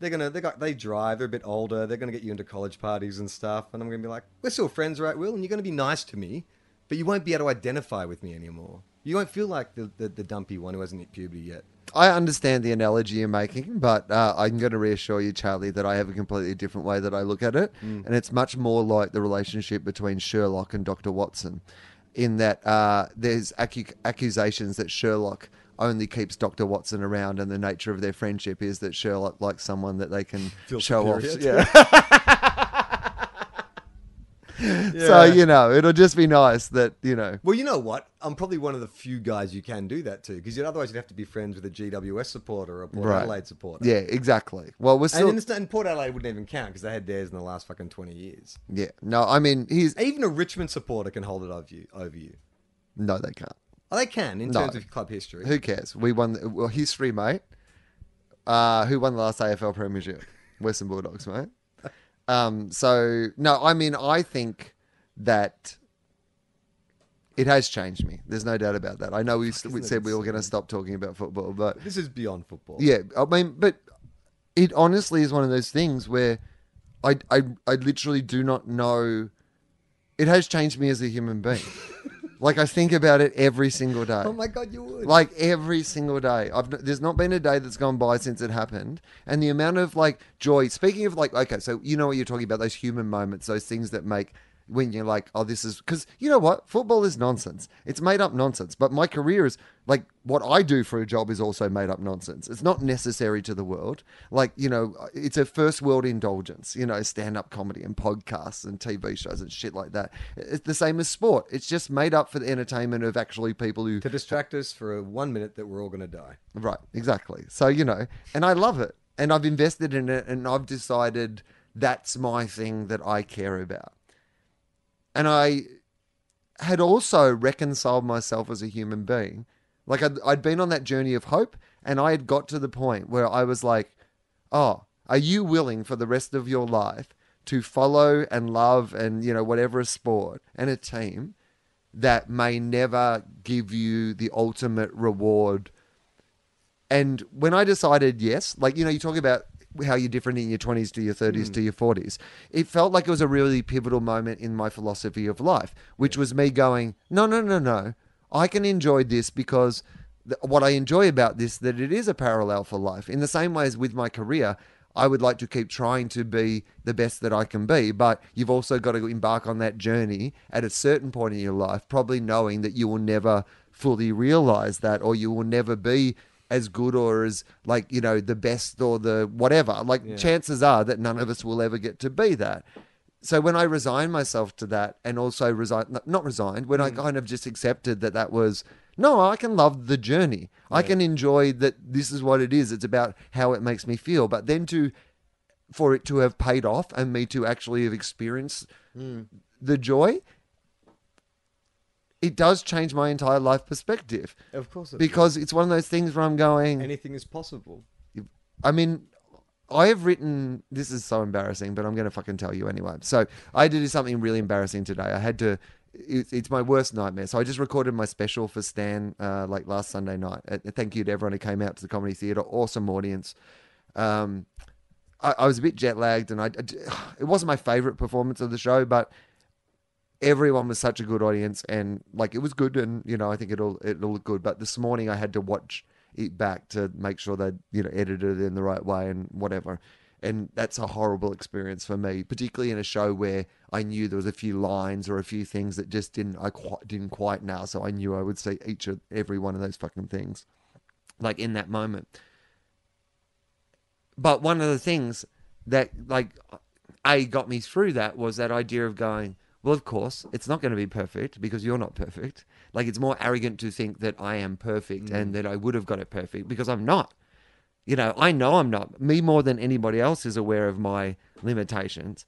A: they're gonna they got they drive, they're a bit older, they're gonna get you into college parties and stuff, and I'm gonna be like, we're still friends, right, Will? And you're gonna be nice to me, but you won't be able to identify with me anymore. You won't feel like the the, the dumpy one who hasn't hit puberty yet.
B: I understand the analogy you're making, but uh, I'm going to reassure you, Charlie, that I have a completely different way that I look at it.
A: Mm.
B: And it's much more like the relationship between Sherlock and Dr. Watson, in that uh, there's acu- accusations that Sherlock only keeps Dr. Watson around, and the nature of their friendship is that Sherlock likes someone that they can
A: Feel
B: show off.
A: superior
B: Yeah. So,
A: Yeah.
B: you know, it'll just be nice that, you know,
A: Well, you know what? I'm probably one of the few guys you can do that to, because otherwise you'd have to be friends with a GWS supporter or a Port
B: Right.
A: Adelaide supporter.
B: yeah, exactly. Well, we're
A: And,
B: still.
A: in the- and Port Adelaide wouldn't even count because they had theirs in the last fucking 20 years.
B: Yeah. No, I mean, he's.
A: Even a Richmond supporter can hold it over you. Over you.
B: No, they can't.
A: Oh, they can in
B: No.
A: terms of club history.
B: Who cares? We won. Well, history, mate. Uh, who won the last AFL Premiership? Western Bulldogs, mate. Um, so no, I mean, I think that it has changed me. There's no doubt about that. I know we, we
A: that
B: said we were going to stop talking about football, but
A: This is beyond football.
B: yeah, I mean, but it honestly is one of those things where I I, I literally do not know. It has changed me as a human being. like I think about it every single day
A: Oh my god, you would.
B: like every single day. I've n- there's not been a day that's gone by since it happened, and the amount of like joy. Speaking of like, okay, so you know what you're talking about those human moments, those things that make when you're like, oh, this is because you know what football is nonsense. It's made up nonsense. But my career is like what I do for a job is also made up nonsense. It's not necessary to the world. Like you know, it's a first world indulgence. You know, stand up comedy and podcasts and TV shows and shit like that. It's the same as sport. It's just made up for the entertainment of actually people who
A: to distract us for a one minute that we're all going to die.
B: Right, exactly. So, you know, and I love it and I've invested in it and I've decided that's my thing that I care about. And I had also reconciled myself as a human being. Like, I'd, I'd been on that journey of hope and I had got to the point where I was like, oh, are you willing for the rest of your life to follow and love and, you know, whatever a sport and a team that may never give you the ultimate reward? And when I decided yes, like, you know, you talk about how you're different in your 20s to your 30s to your 40s, it felt like it was a really pivotal moment in my philosophy of life, which was me going, no, no, no, no. I can enjoy this because th- what I enjoy about this, that it is a parallel for life. In the same way as with my career, I would like to keep trying to be the best that I can be, but you've also got to embark on that journey at a certain point in your life, probably knowing that you will never fully realize that or you will never be as good or as like you know the best or the whatever. Like chances are that none of us will ever get to be that. So when I resigned myself to that, and also resigned, not resigned, when
A: Mm.
B: I kind of just accepted that that was no, I can love the journey. I can enjoy that this is what it is. It's about how it makes me feel. But then to for it to have paid off and me to actually have experienced
A: Mm.
B: the joy, it does change my entire life perspective.
A: Of course it
B: because it's one of those things where I'm going.
A: anything is possible.
B: I mean, I have written. This is so embarrassing, but I'm going to fucking tell you anyway. So I had to do something really embarrassing today. I had to. It, it's my worst nightmare. So I just recorded my special for Stan uh, like last Sunday night. Uh, thank you to everyone who came out to the comedy theater. Awesome audience. Um, I, I was a bit jet lagged, and I, I d- it wasn't my favorite performance of the show, but everyone was such a good audience and like it was good and you know i think it'll it'll look good but this morning i had to watch it back to make sure they you know edited it in the right way and whatever and that's a horrible experience for me particularly in a show where i knew there was a few lines or a few things that just didn't i quite, didn't quite nail so i knew i would see each of every one of those fucking things like in that moment but one of the things that like a got me through that was that idea of going well of course it's not going to be perfect because you're not perfect like it's more arrogant to think that i am perfect and that i would have got it perfect because i'm not you know i know i'm not me more than anybody else is aware of my limitations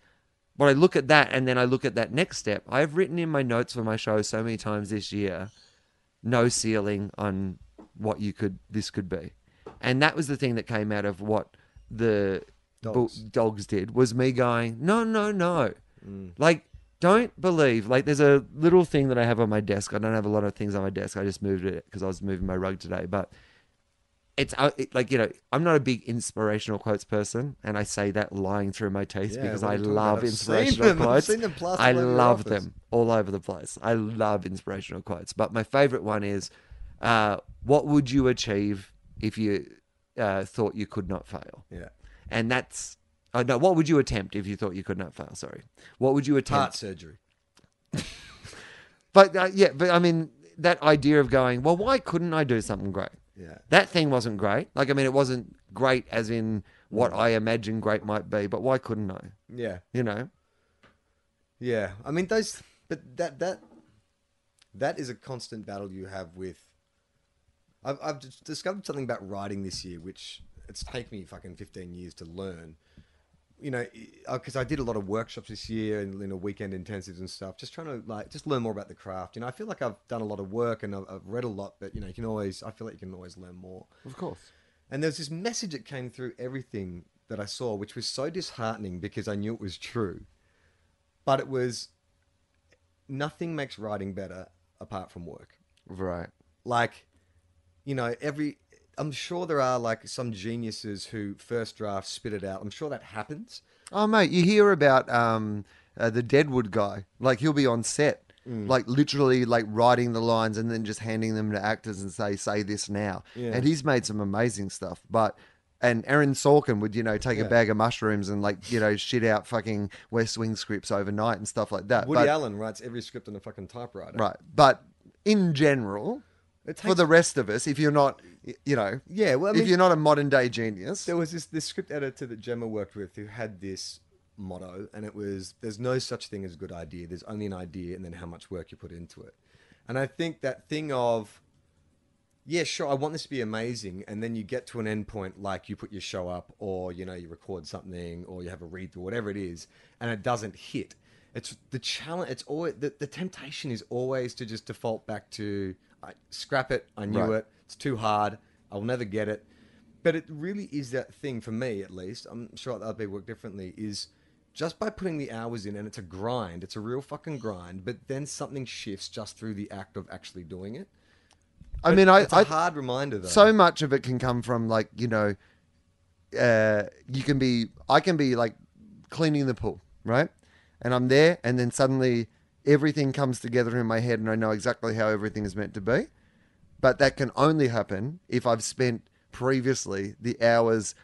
B: but i look at that and then i look at that next step i've written in my notes for my show so many times this year no ceiling on what you could this could be and that was the thing that came out of what the bu-
A: Dogs.
B: dogs did was me going no no no like don't believe like there's a little thing that i have on my desk i don't have a lot of things on my desk i just moved it because i was moving my rug today but it's uh, it, like you know i'm not a big inspirational quotes person and i say that lying through my teeth
A: Yeah,
B: because
A: what are
B: i
A: you talking about?
B: love
A: I've seen
B: inspirational
A: them. I've
B: quotes
A: seen them plastered
B: i
A: all over your
B: love
A: office.
B: them all over the place i love inspirational quotes but my favorite one is uh, what would you achieve if you uh, thought you could not fail
A: Yeah.
B: and that's uh, no what would you attempt if you thought you could not fail sorry what would you attempt
A: Heart surgery.
B: but uh, yeah, but I mean that idea of going, well, why couldn't I do something great?
A: Yeah.
B: That thing wasn't great. Like I mean, it wasn't great as in what I imagined great might be, but why couldn't I?
A: Yeah.
B: You know,
A: Yeah, I mean those, but that that that is a constant battle you have with. I've I've just discovered something about writing this year, which it's taken me fucking fifteen years to learn. You know, because I did a lot of workshops this year and you know weekend intensives and stuff, just trying to like just learn more about the craft. You know, I feel like I've done a lot of work and I've, I've read a lot, but you know, you can always I feel like you can always learn more.
B: of course.
A: And there was this message that came through everything that I saw, which was so disheartening because I knew it was true. But it was nothing makes writing better apart from work.
B: Right.
A: Like, you know, every. I'm sure there are like some geniuses who first draft spit it out. I'm sure that happens.
B: Oh mate, you hear about um, uh, the Deadwood guy? Like he'll be on set, like literally like writing the lines and then just handing them to actors and say say this now.
A: Yeah.
B: And he's made some amazing stuff, but. And Aaron Sorkin would, you know, take a
A: Yeah.
B: bag of mushrooms and like, you know, shit out fucking West Wing scripts overnight and stuff like that.
A: Woody
B: but,
A: Allen writes every script on a fucking typewriter.
B: Right. But in general,
A: It
B: for
A: takes,
B: the rest of us, if you're not, you know,
A: yeah, well, I mean,
B: if you're not a modern day genius,
A: There was this, this script editor that Gemma worked with who had this motto, and it was there's no such thing as a good idea. There's only an idea, and then how much work you put into it. And I think that thing of, yeah, sure, I want this to be amazing, and then you get to an end point like you put your show up, or you know, you record something, or you have a read through, whatever it is, and it doesn't hit. It's the challenge. It's always the, the temptation is always to just default back to I, scrap it. I knew
B: Right.
A: it. It's too hard. I'll never get it. But it really is that thing for me, at least. I'm sure other people work differently. Is just by putting the hours in, and it's a grind. It's a real fucking grind. But then something shifts just through the act of actually doing it.
B: I mean, I,
A: It's a
B: I,
A: hard reminder though.
B: so much of it can come from like you know uh you can be i can be like cleaning the pool right and i'm there and then suddenly everything comes together in my head and i know exactly how everything is meant to be but that can only happen if i've spent previously the hours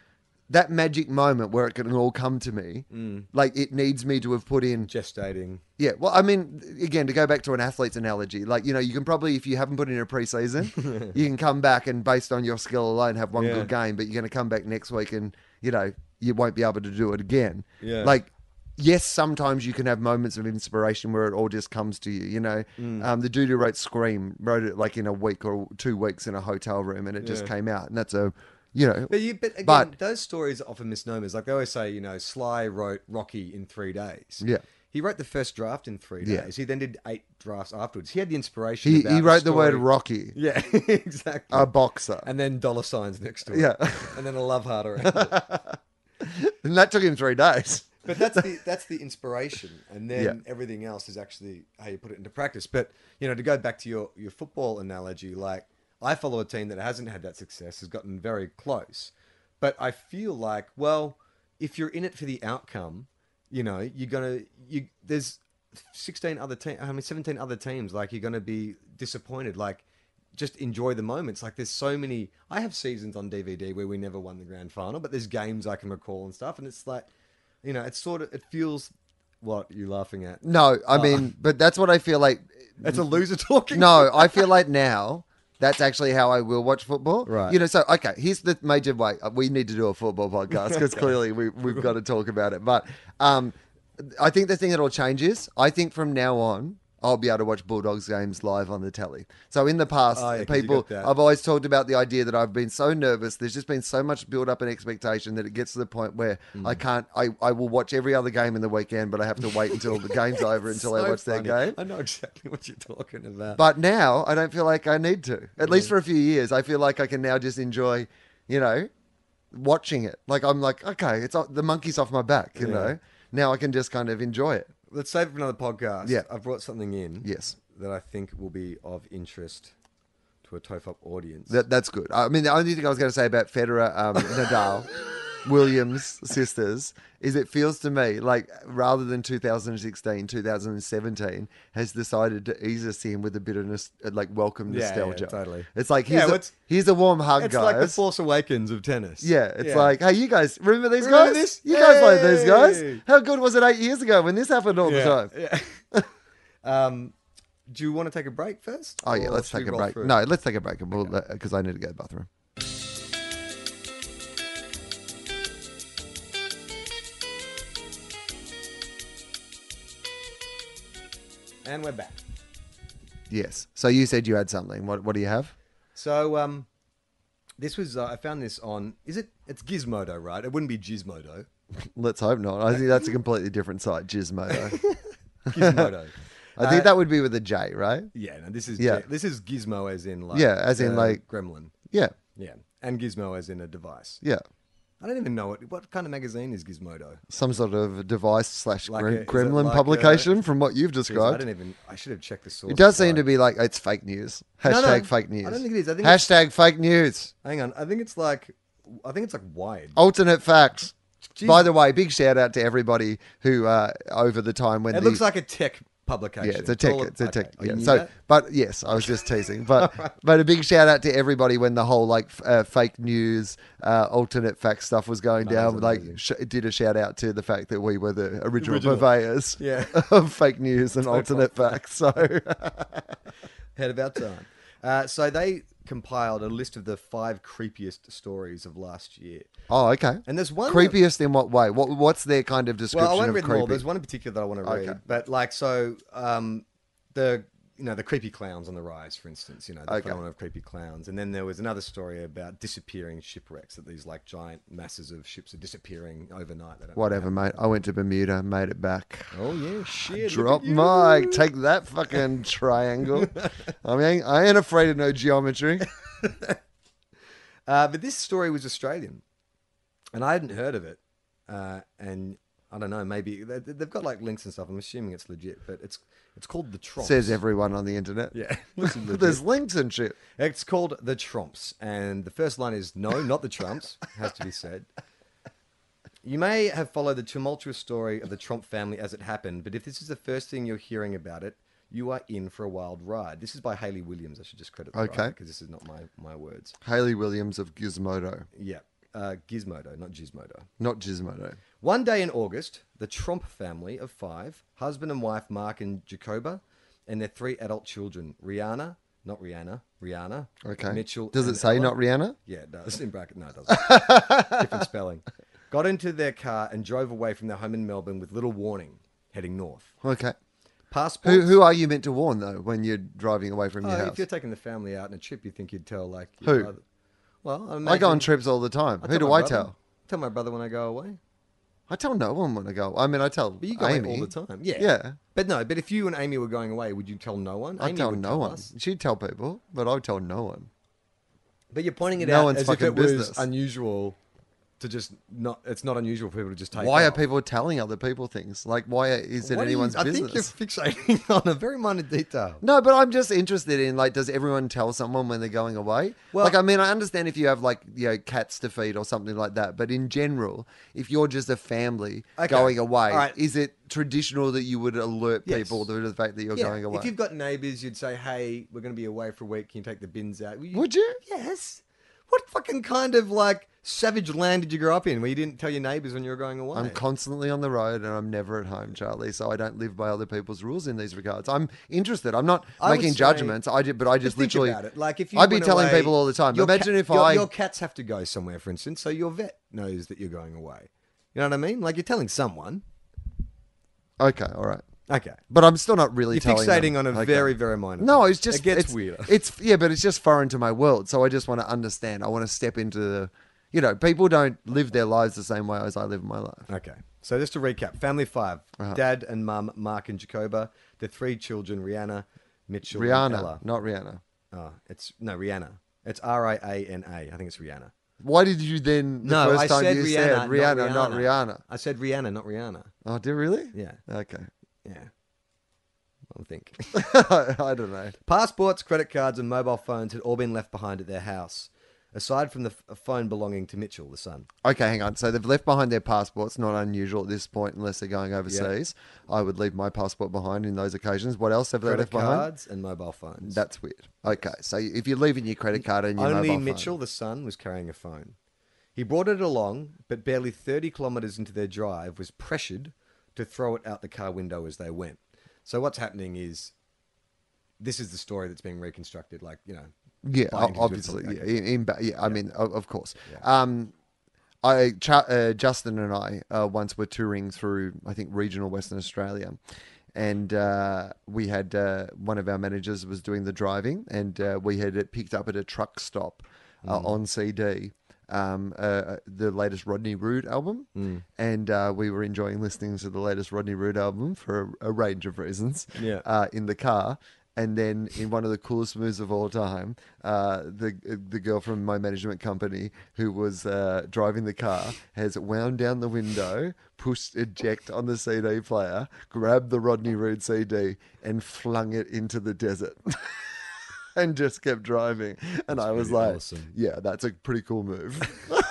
B: that magic moment where it can all come to me,
A: Mm.
B: like it needs me to have put in
A: Gestating.
B: yeah, well, I mean, again, to go back to an athlete's analogy, like you know, you can probably if you haven't put in a preseason, you can come back and based on your skill alone have one
A: Yeah.
B: good game, but you're going to come back next week and you know you won't be able to do it again.
A: Yeah.
B: Like, yes, sometimes you can have moments of inspiration where it all just comes to you. You know,
A: Mm.
B: um, the dude who wrote Scream wrote it like in a week or two weeks in a hotel room, and it just
A: Yeah.
B: came out, and that's a, you know,
A: But you, but again,
B: But-
A: those stories are often misnomers. Like they always say, you know, Sly wrote Rocky in three days.
B: Yeah.
A: He wrote the first draft in three
B: Yeah.
A: days. He then did eight drafts afterwards. He had the inspiration.
B: he
A: about
B: he wrote the word
A: story.
B: Rocky,
A: Yeah, exactly.
B: a boxer.
A: and then dollar signs next to it.
B: Yeah.
A: and then a love heart around it.
B: and that took him three days.
A: But that's the that's the inspiration, and then
B: Yeah.
A: everything else is actually how you put it into practice. But you know, to go back to your your football analogy, like I follow a team that hasn't had that success, has gotten very close, but I feel like well, if you're in it for the outcome, you know, you're gonna you there's 16 other teams, I mean 17 other teams, like you're gonna be disappointed, like. Just enjoy the moments. Like there's so many. I have seasons on DVD where we never won the grand final, but there's games I can recall and stuff. And it's like, you know, it's sort of it feels what you laughing at.
B: No, I mean, but that's what I feel like.
A: That's a loser talking.
B: No, I feel like now that's actually how I will watch football.
A: Right.
B: You know, so, okay, here's the major way. uh, We need to do a football podcast because clearly we, we've got to talk about it. But um, I think the thing that will change is I think from now on, I'll be able to watch Bulldogs games live on the telly. So in the past,
A: Oh, yeah, 'cause you
B: people,
A: got that.
B: I've always talked about the idea that I've been so nervous. There's just been so much build up and expectation that it gets to the point where
A: Mm.
B: I can't. I, I will watch every other game in the weekend, but I have to wait until the game's over until I
A: So
B: watch
A: funny.
B: that game.
A: I know exactly what you're talking about.
B: But now I don't feel like I need to.
A: Mm.
B: At least for a few years, I feel like I can now just enjoy, you know, watching it. Like I'm like, okay, it's off, the monkey's off my back, you
A: Yeah.
B: know. Now I can just kind of enjoy it.
A: Let's save it for another podcast.
B: Yeah.
A: I've brought something in.
B: Yes,
A: that I think will be of interest to a TOEFOP audience.
B: that that's good. I mean, the only thing I was going to say about Federer, um, Nadal, Williams sisters is it feels to me like rather than 2016, 2017 has decided to ease us in with a bit of nos- like welcome
A: Yeah, yeah,
B: nostalgia.
A: totally.
B: It's like
A: Yeah,
B: here's, a,
A: what's-
B: here's a warm hug,
A: it's
B: guys.
A: like the Force Awakens of tennis.
B: Yeah, it's like, hey, you guys, remember these
A: Remember
B: guys?
A: this?
B: You guys played these guys?
A: Hey!
B: How good was it eight years ago when this happened all
A: Yeah,
B: the time?
A: yeah. um, do you want to take a break first?
B: Oh yeah,
A: Or
B: let's
A: should we
B: take a
A: roll
B: break.
A: through?
B: No, let's take a break and we'll because I need to go to the bathroom.
A: and we're back.
B: Yes. So you said you had something. What What do you have?
A: So um, this was uh, I found this on is it it's Gizmodo right? It wouldn't be Gizmodo.
B: Let's hope not. I think that's a completely different site, Gizmodo.
A: Gizmodo.
B: I think
A: Uh,
B: that would be with a J, right?
A: Yeah, no, this is
B: Yeah.
A: this is Gizmo as in like
B: Yeah, as in,
A: uh,
B: like-
A: Gremlin.
B: Yeah,
A: Yeah, and Gizmo as in a device.
B: yeah.
A: I don't even know what what kind of magazine is Gizmodo.
B: Some sort of device slash
A: Like
B: gre-
A: a- is it
B: gremlin
A: like a-
B: publication, from what you've
A: Jeez, I
B: described.
A: don't even. I should have checked the source.
B: It does seem
A: Sorry.
B: to be like it's fake news. Hashtag
A: No, no,
B: fake
A: I
B: news.
A: don't think it is. I think it's-
B: Hashtag fake news.
A: Hang on, I think it's like, I think it's like Wired.
B: alternate facts.
A: Jeez.
B: By the way, big shout out to everybody who uh, over the time when
A: It
B: Oh, the,
A: looks like a tech publication.
B: yeah, it's a tech,
A: all-
B: it's a tech.
A: okay. Oh, you
B: yeah.
A: knew
B: So,
A: that?
B: but yes, I was just teasing, but but a big shout out to everybody when the whole like f- uh, fake news, uh, alternate fact stuff was going
A: that was
B: down. Like,
A: amazing.
B: sh- did a shout out to the fact that we were the original,
A: Original.
B: purveyors
A: Yeah.
B: of fake news and alternate facts. So,
A: ahead of our time. Uh, so they compiled a list of the five creepiest stories of last year,
B: oh, okay.
A: and there's one that-
B: Creepiest in what way? What what's their kind of description
A: well, I won't
B: of
A: read them
B: creepy?
A: all. There's one in particular that I want to read,
B: Okay.
A: but like so, um, the you know the creepy clowns on the rise, for instance. You know the
B: Okay.
A: phenomenon of creepy clowns, and then there was another story about disappearing shipwrecks that these like giant masses of ships are disappearing overnight. They don't know
B: Whatever, mate. I went to Bermuda, made it back.
A: Oh yeah, shit. look
B: Drop
A: at you.
B: mic. Take that fucking triangle. I mean, I ain't afraid of no geometry.
A: Uh, but this story was Australian, and I hadn't heard of it. Uh, and I don't know, maybe they, they've got like links and stuff. I'm assuming it's legit, but it's it's called the Tromps.
B: Says everyone on the internet.
A: Yeah,
B: There's links and shit.
A: it's called the Tromps, and the first line is no, not the Trumps. has to be said. You may have followed the tumultuous story of the Trump family as it happened, but if this is the first thing you're hearing about it, you are in for a wild ride. This is by Haley Williams. I should just credit the
B: Okay.
A: because this is not my my words.
B: Haley Williams of Gizmodo.
A: Yeah. uh, Gizmodo, not Gizmodo.
B: Not Gizmodo.
A: One day in August, the Trump family of five, husband and wife Mark and Jacoba, and their three adult children, Rihanna, not Rihanna, Rihanna,
B: Okay.
A: Mitchell.
B: Does it
A: and
B: say
A: Ella.
B: not Rihanna?
A: Yeah, it does. In bracket, no, it doesn't. Different spelling. Got into their car and drove away from their home in Melbourne with little warning, heading north.
B: Okay.
A: Passport.
B: Who who are you meant to warn though when you're driving away from your
A: Oh,
B: house?
A: if you're taking the family out on a trip, you think you'd tell like
B: Who?
A: your brother- Well, I,
B: I go on
A: imagine-
B: trips all the time.
A: I tell
B: Who do
A: my
B: I
A: brother.
B: tell?
A: Tell my brother when I go away.
B: I tell no one when I go. I mean, I tell
A: But you go
B: Amy
A: away all the time. Yeah.
B: Yeah.
A: But no, but if you and Amy were going away, would you tell no one?
B: I
A: Amy
B: tell
A: would
B: no one.
A: us.
B: She'd tell people, but I would tell no one.
A: But you're pointing it
B: No
A: out
B: one's
A: as if
B: fucking
A: it was
B: business.
A: unusual to just not. It's not unusual for people to just take.
B: why are
A: off.
B: people telling other people things? Like, why are- is it
A: What do you-
B: anyone's
A: I
B: business?
A: think you're fixating on a very minor detail.
B: No, but I'm just interested in like, does everyone tell someone when they're going away?
A: Well-
B: like, I mean, I understand if you have like you know cats to feed or something like that, but in general, if you're just a family
A: Okay.
B: going away,
A: All right.
B: is it traditional that you would alert
A: Yes.
B: people to the fact that you're
A: Yeah,
B: going away?
A: If you've got neighbours, you'd say, "Hey, we're going to be away for a week. Can you take the bins out?" Well,
B: Would you?
A: Yes. What fucking kind of like savage land did you grow up in where you didn't tell your neighbours when you were going away?
B: I'm constantly on the road and I'm never at home, Charlie. So I don't live by other people's rules in these regards. I'm interested. I'm not
A: I would
B: making
A: say-
B: judgments. I did, but I just
A: think
B: literally.
A: about it. Like if you
B: I'd be
A: went
B: telling
A: away-
B: people all the time.
A: your
B: Imagine
A: cat-
B: if
A: your-
B: I.
A: your cats have to go somewhere, for instance, so your vet knows that you're going away. You know what I mean? Like you're telling someone.
B: Okay, all right,
A: Okay.
B: but I'm still not really
A: You're
B: telling
A: fixating on
B: them.
A: a
B: Okay.
A: very, very minor.
B: No,
A: thing.
B: it's just
A: it gets
B: it's,
A: weirder.
B: It's yeah, but it's just foreign to my world. So I just want to understand. I want to step into the, you know, people don't live their lives the same way as I live my life.
A: Okay. So just to recap, family 5
B: Uh-huh.
A: dad and mum, Mark and Jacoba, the three children, Rihanna, Mitchell, and
B: Rihanna,
A: Ella.
B: not Rihanna.
A: Oh, it's no Rihanna. It's R I A N A. I think it's Rihanna.
B: Why did you then? The
A: no,
B: first
A: I
B: time
A: said
B: you
A: Rihanna,
B: said
A: not
B: Rihanna,
A: Rihanna,
B: not Rihanna.
A: I said Rihanna, not Rihanna.
B: Oh, did you really?
A: Yeah,
B: Okay.
A: yeah. I think.
B: I don't know.
A: Passports, credit cards, and mobile phones had all been left behind at their house, aside from the f- phone belonging to Mitchell, the son.
B: Okay, hang on. So they've left behind their passports. Not unusual at this point, unless they're going overseas. I would leave my passport behind in those occasions. What else have they
A: Credit
B: left behind?
A: cards and mobile phones.
B: That's weird. Okay, so if you're leaving your credit card and your
A: Only
B: mobile phone-
A: Mitchell, the son, was carrying a phone. He brought it along, but barely 30 kilometres into their drive was pressured to throw it out the car window as they went. So what's happening is this is the story that's being reconstructed. Like, you know,
B: Yeah,
A: by
B: o-
A: individual-
B: obviously.
A: okay.
B: Yeah, in, in, ba- yeah, I mean, of, of course. Um, I cha- uh, Justin and I uh, once were touring through, I think, regional Western Australia, and uh, we had uh, one of our managers was doing the driving, and uh, we had it picked up at a truck stop uh,
A: Mm.
B: on CD. Um, uh, the latest Rodney Rood album,
A: Mm.
B: and uh, we were enjoying listening to the latest Rodney Rood album for a, a range of reasons.
A: Yeah.
B: uh, in the car. And then in one of the coolest moves of all time, uh, the the girl from my management company who was uh, driving the car has wound down the window, pushed eject on the CD player, grabbed the Rodney Rood CD, and flung it into the desert. And just kept driving, and I was
A: pretty
B: like,
A: awesome.
B: "Yeah, that's a pretty cool move."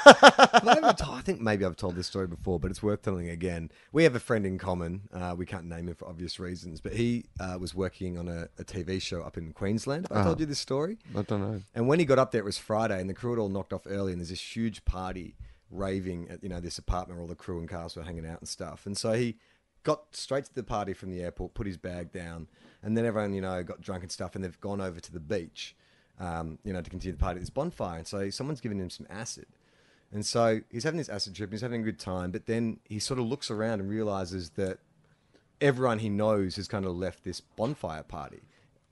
A: Have I, ever to- I think maybe I've told this story before, but it's worth telling again. We have a friend in common. Uh, we can't name him for obvious reasons, but he uh, was working on a, a TV show up in Queensland. Have
B: Uh-huh.
A: I told you this story?
B: I don't know.
A: And when he got up there, it was Friday, and the crew had all knocked off early, and there's this huge party raving at you know this apartment where all the crew and cast were hanging out and stuff. And so he got straight to the party from the airport, put his bag down, and then everyone you know got drunk and stuff, and they've gone over to the beach, um, you know, to continue the party at this bonfire. And so someone's given him some acid. And so he's having this acid trip, and he's having a good time, but then he sort of looks around and realizes that everyone he knows has kind of left this bonfire party.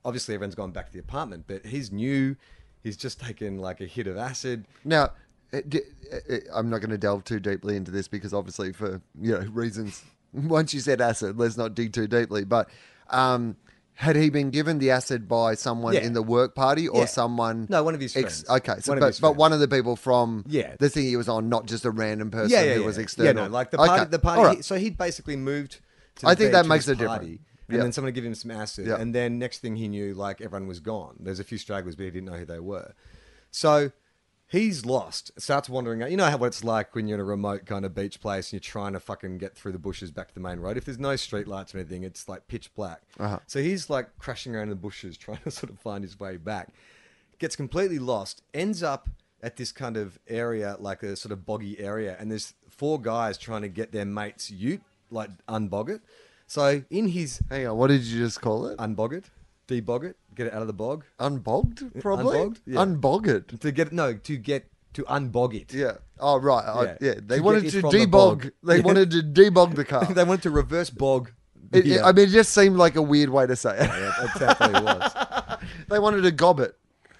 A: Obviously, everyone's gone back to the apartment, but he's new. He's just taken like a hit of acid.
B: Now, eh, it- d- it- I'm not going to delve too deeply into this because obviously, for you know reasons, once you said acid, let's not dig too deeply. But um, had he been given the acid by someone
A: Yeah.
B: in the work party or
A: Yeah.
B: someone?
A: No, one of his
B: ex-
A: friends.
B: okay, so
A: One of
B: but,
A: his
B: but
A: friends.
B: one of the people from
A: Yeah.
B: the thing he was on, not just a random person
A: Yeah, yeah,
B: who
A: yeah.
B: was
A: Yeah,
B: external.
A: no, like the
B: Okay,
A: party. The party.
B: all right.
A: So he'd basically moved. To the
B: I think that
A: beach at
B: makes
A: this
B: a difference.
A: party,
B: Yeah.
A: And then someone gave him some acid,
B: Yeah.
A: and then next thing he knew, like everyone was gone. There's a few stragglers, but he didn't know who they were. So he's lost. Starts wandering. out. You know how what it's like when you're in a remote kind of beach place and you're trying to fucking get through the bushes back to the main road. If there's no street lights or anything, it's like pitch black.
B: Uh-huh.
A: So he's like crashing around in the bushes, trying to sort of find his way back. Gets completely lost. Ends up at this kind of area, like a sort of boggy area, and there's four guys trying to get their mate's ute, like unbog it. So in his
B: Hang on, what did you just call it?
A: unbog it, debog it, get it out of the bog.
B: Unbogged, probably.
A: unbogged? Yeah.
B: Unbogged.
A: To get no, to get to unbog it.
B: Yeah. Oh right. I-
A: Yeah.
B: Yeah. They
A: To
B: wanted
A: get it
B: to
A: from the
B: debog.
A: bog.
B: They
A: Yeah.
B: wanted to debog the car.
A: they wanted to reverse bog.
B: It- it-
A: here.
B: I mean, it just seemed like a weird way to say it.
A: Yeah, that's exactly what it was.
B: they wanted to gob it.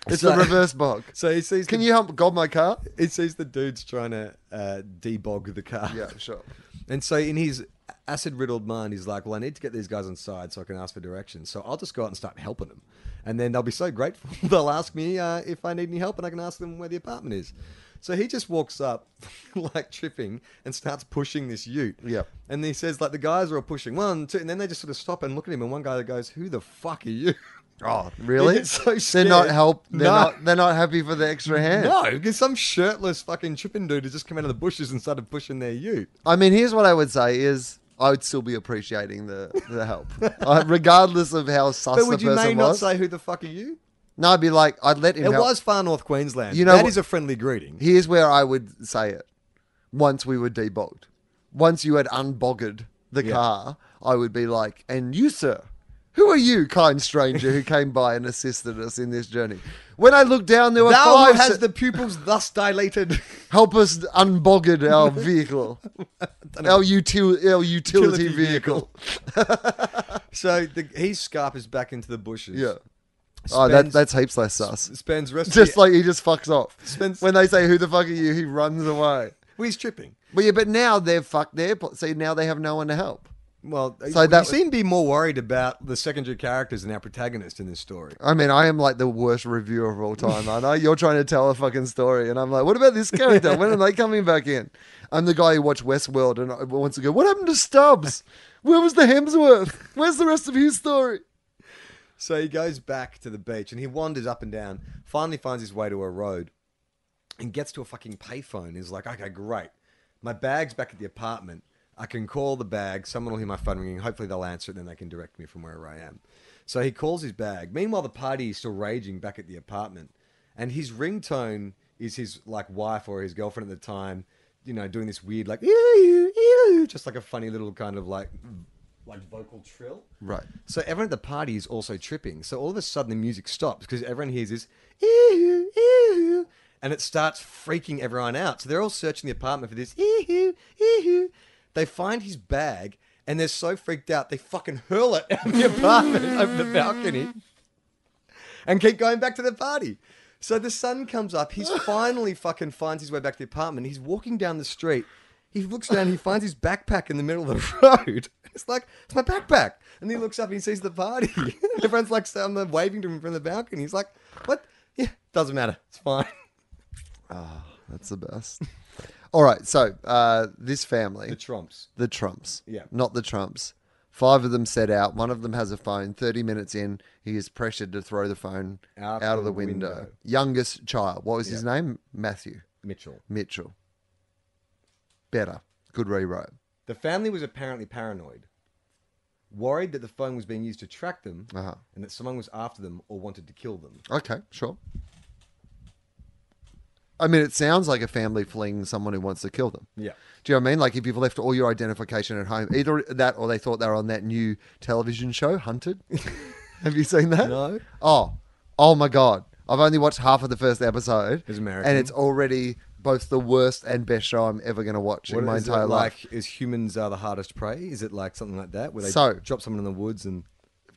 B: It's
A: So-
B: a reverse bog.
A: So he sees
B: Can
A: the,
B: you help gob my car?
A: He sees the dudes trying to uh, debog the car.
B: Yeah, sure.
A: And so in his acid riddled mind, he's like, "Well, I need to get these guys inside so I can ask for directions. So I'll just go out and start helping them, and then they'll be so grateful. they'll ask me uh, if I need any help, and I can ask them where the apartment is." So he just walks up, like tripping, and starts pushing this Ute.
B: Yep.
A: And he says, like, the guys are all pushing one, two, and then they just sort of stop and look at him. And one guy goes, "Who the fuck are you?"
B: Oh, really?
A: gets so
B: they're not
A: scared.
B: help. They're
A: No.
B: not. They're not happy for the extra hand.
A: No, because some shirtless fucking tripping dude has just come out of the bushes and started pushing their ute.
B: I mean, here's what I would say is. I would still be appreciating the, the help, uh, regardless of how sus
A: But would
B: the
A: you
B: person
A: may not
B: was.
A: say who the fuck are you?
B: no, I'd be like, I'd let him.
A: It
B: help.
A: was far north Queensland.
B: You
A: You
B: know
A: know that
B: what-
A: is a friendly greeting.
B: Here's where I would say it. Once we were debogged, once you had unbogged the
A: Yeah.
B: car, I would be like, and you, sir, who are you, kind stranger who came by and assisted us in this journey? When I looked down, there were
A: Thou who
B: five.
A: has
B: s-
A: the pupils thus dilated.
B: help us unbogged our vehicle, our, util- our utility,
A: Utility
B: vehicle.
A: vehicle. so the, he scarpers back into the bushes.
B: Yeah. oh, that,
A: Spends-
B: that's heaps less sus.
A: spends rest. of
B: Just
A: the-
B: like he just fucks off.
A: Spends-
B: When they say, "Who the fuck are you?" He runs away.
A: well, he's tripping.
B: But yeah, but now they're fucked. They're see now they have no one to help.
A: Well,
B: So
A: you
B: that-
A: seem to be more worried about the secondary characters than our protagonist in this story.
B: I mean, I am like the worst reviewer of all time, aren't I? You're trying to tell a fucking story, and I'm like, what about this character? When are they coming back in? I'm the guy who watched Westworld and wants to go, what happened to Stubbs? Where was the Hemsworth? Where's the rest of his story?
A: So he goes back to the beach and he wanders up and down, finally finds his way to a road and gets to a fucking payphone. He's like, okay, great. My bag's back at the apartment. I can call the bag. Someone will hear my phone ringing. Hopefully they'll answer it and then they can direct me from wherever I am. So he calls his bag. Meanwhile, the party is still raging back at the apartment. And his ringtone is his like wife or his girlfriend at the time, you know, doing this weird like "Ew, ew," just like a funny little kind of like like vocal trill.
B: Right.
A: So everyone at the party is also tripping. So all of a sudden the music stops because everyone hears this "Ew, ew," and it starts freaking everyone out. So they're all searching the apartment for this "Ew, ew." They find his bag and they're so freaked out they fucking hurl it out of the apartment over the balcony and keep going back to the party. So the sun comes up. He's finally fucking finds his way back to the apartment. He's walking down the street. He looks down. He finds his backpack in the middle of the road. It's like it's my backpack. And he looks up and he sees the party. Everyone's like standing there waving to him from the balcony. He's like, "What? Yeah, doesn't matter. It's fine."
B: That's the best. All right. So uh, this family,
A: The Trumps.
B: the Trumps.
A: Yeah.
B: Not the Trumps. Five of them set out. One of them has a phone. 30 minutes in, he is pressured to throw the phone out,
A: Out
B: of
A: the
B: the window.
A: window.
B: Youngest child. What was his name? Matthew
A: Mitchell.
B: Mitchell. Better. Good rewrite.
A: The family was apparently paranoid, worried that the phone was being used to track them,
B: Uh-huh.
A: and that someone was after them or wanted to kill them.
B: Okay, sure. I mean, it sounds like a family fleeing someone who wants to kill them.
A: Yeah.
B: Do you know what I mean? Like if you've left all your identification at home, either that or they thought they were on that new television show, Hunted. Have you seen that?
A: No.
B: Oh, oh my god! I've only watched half of the first episode.
A: It's American.
B: and it's already both the worst and best show I'm ever going to watch
A: What
B: in my
A: is it
B: entire life.
A: Like, is humans are the hardest prey? Is it like something like that, where they
B: So-
A: drop someone in the woods and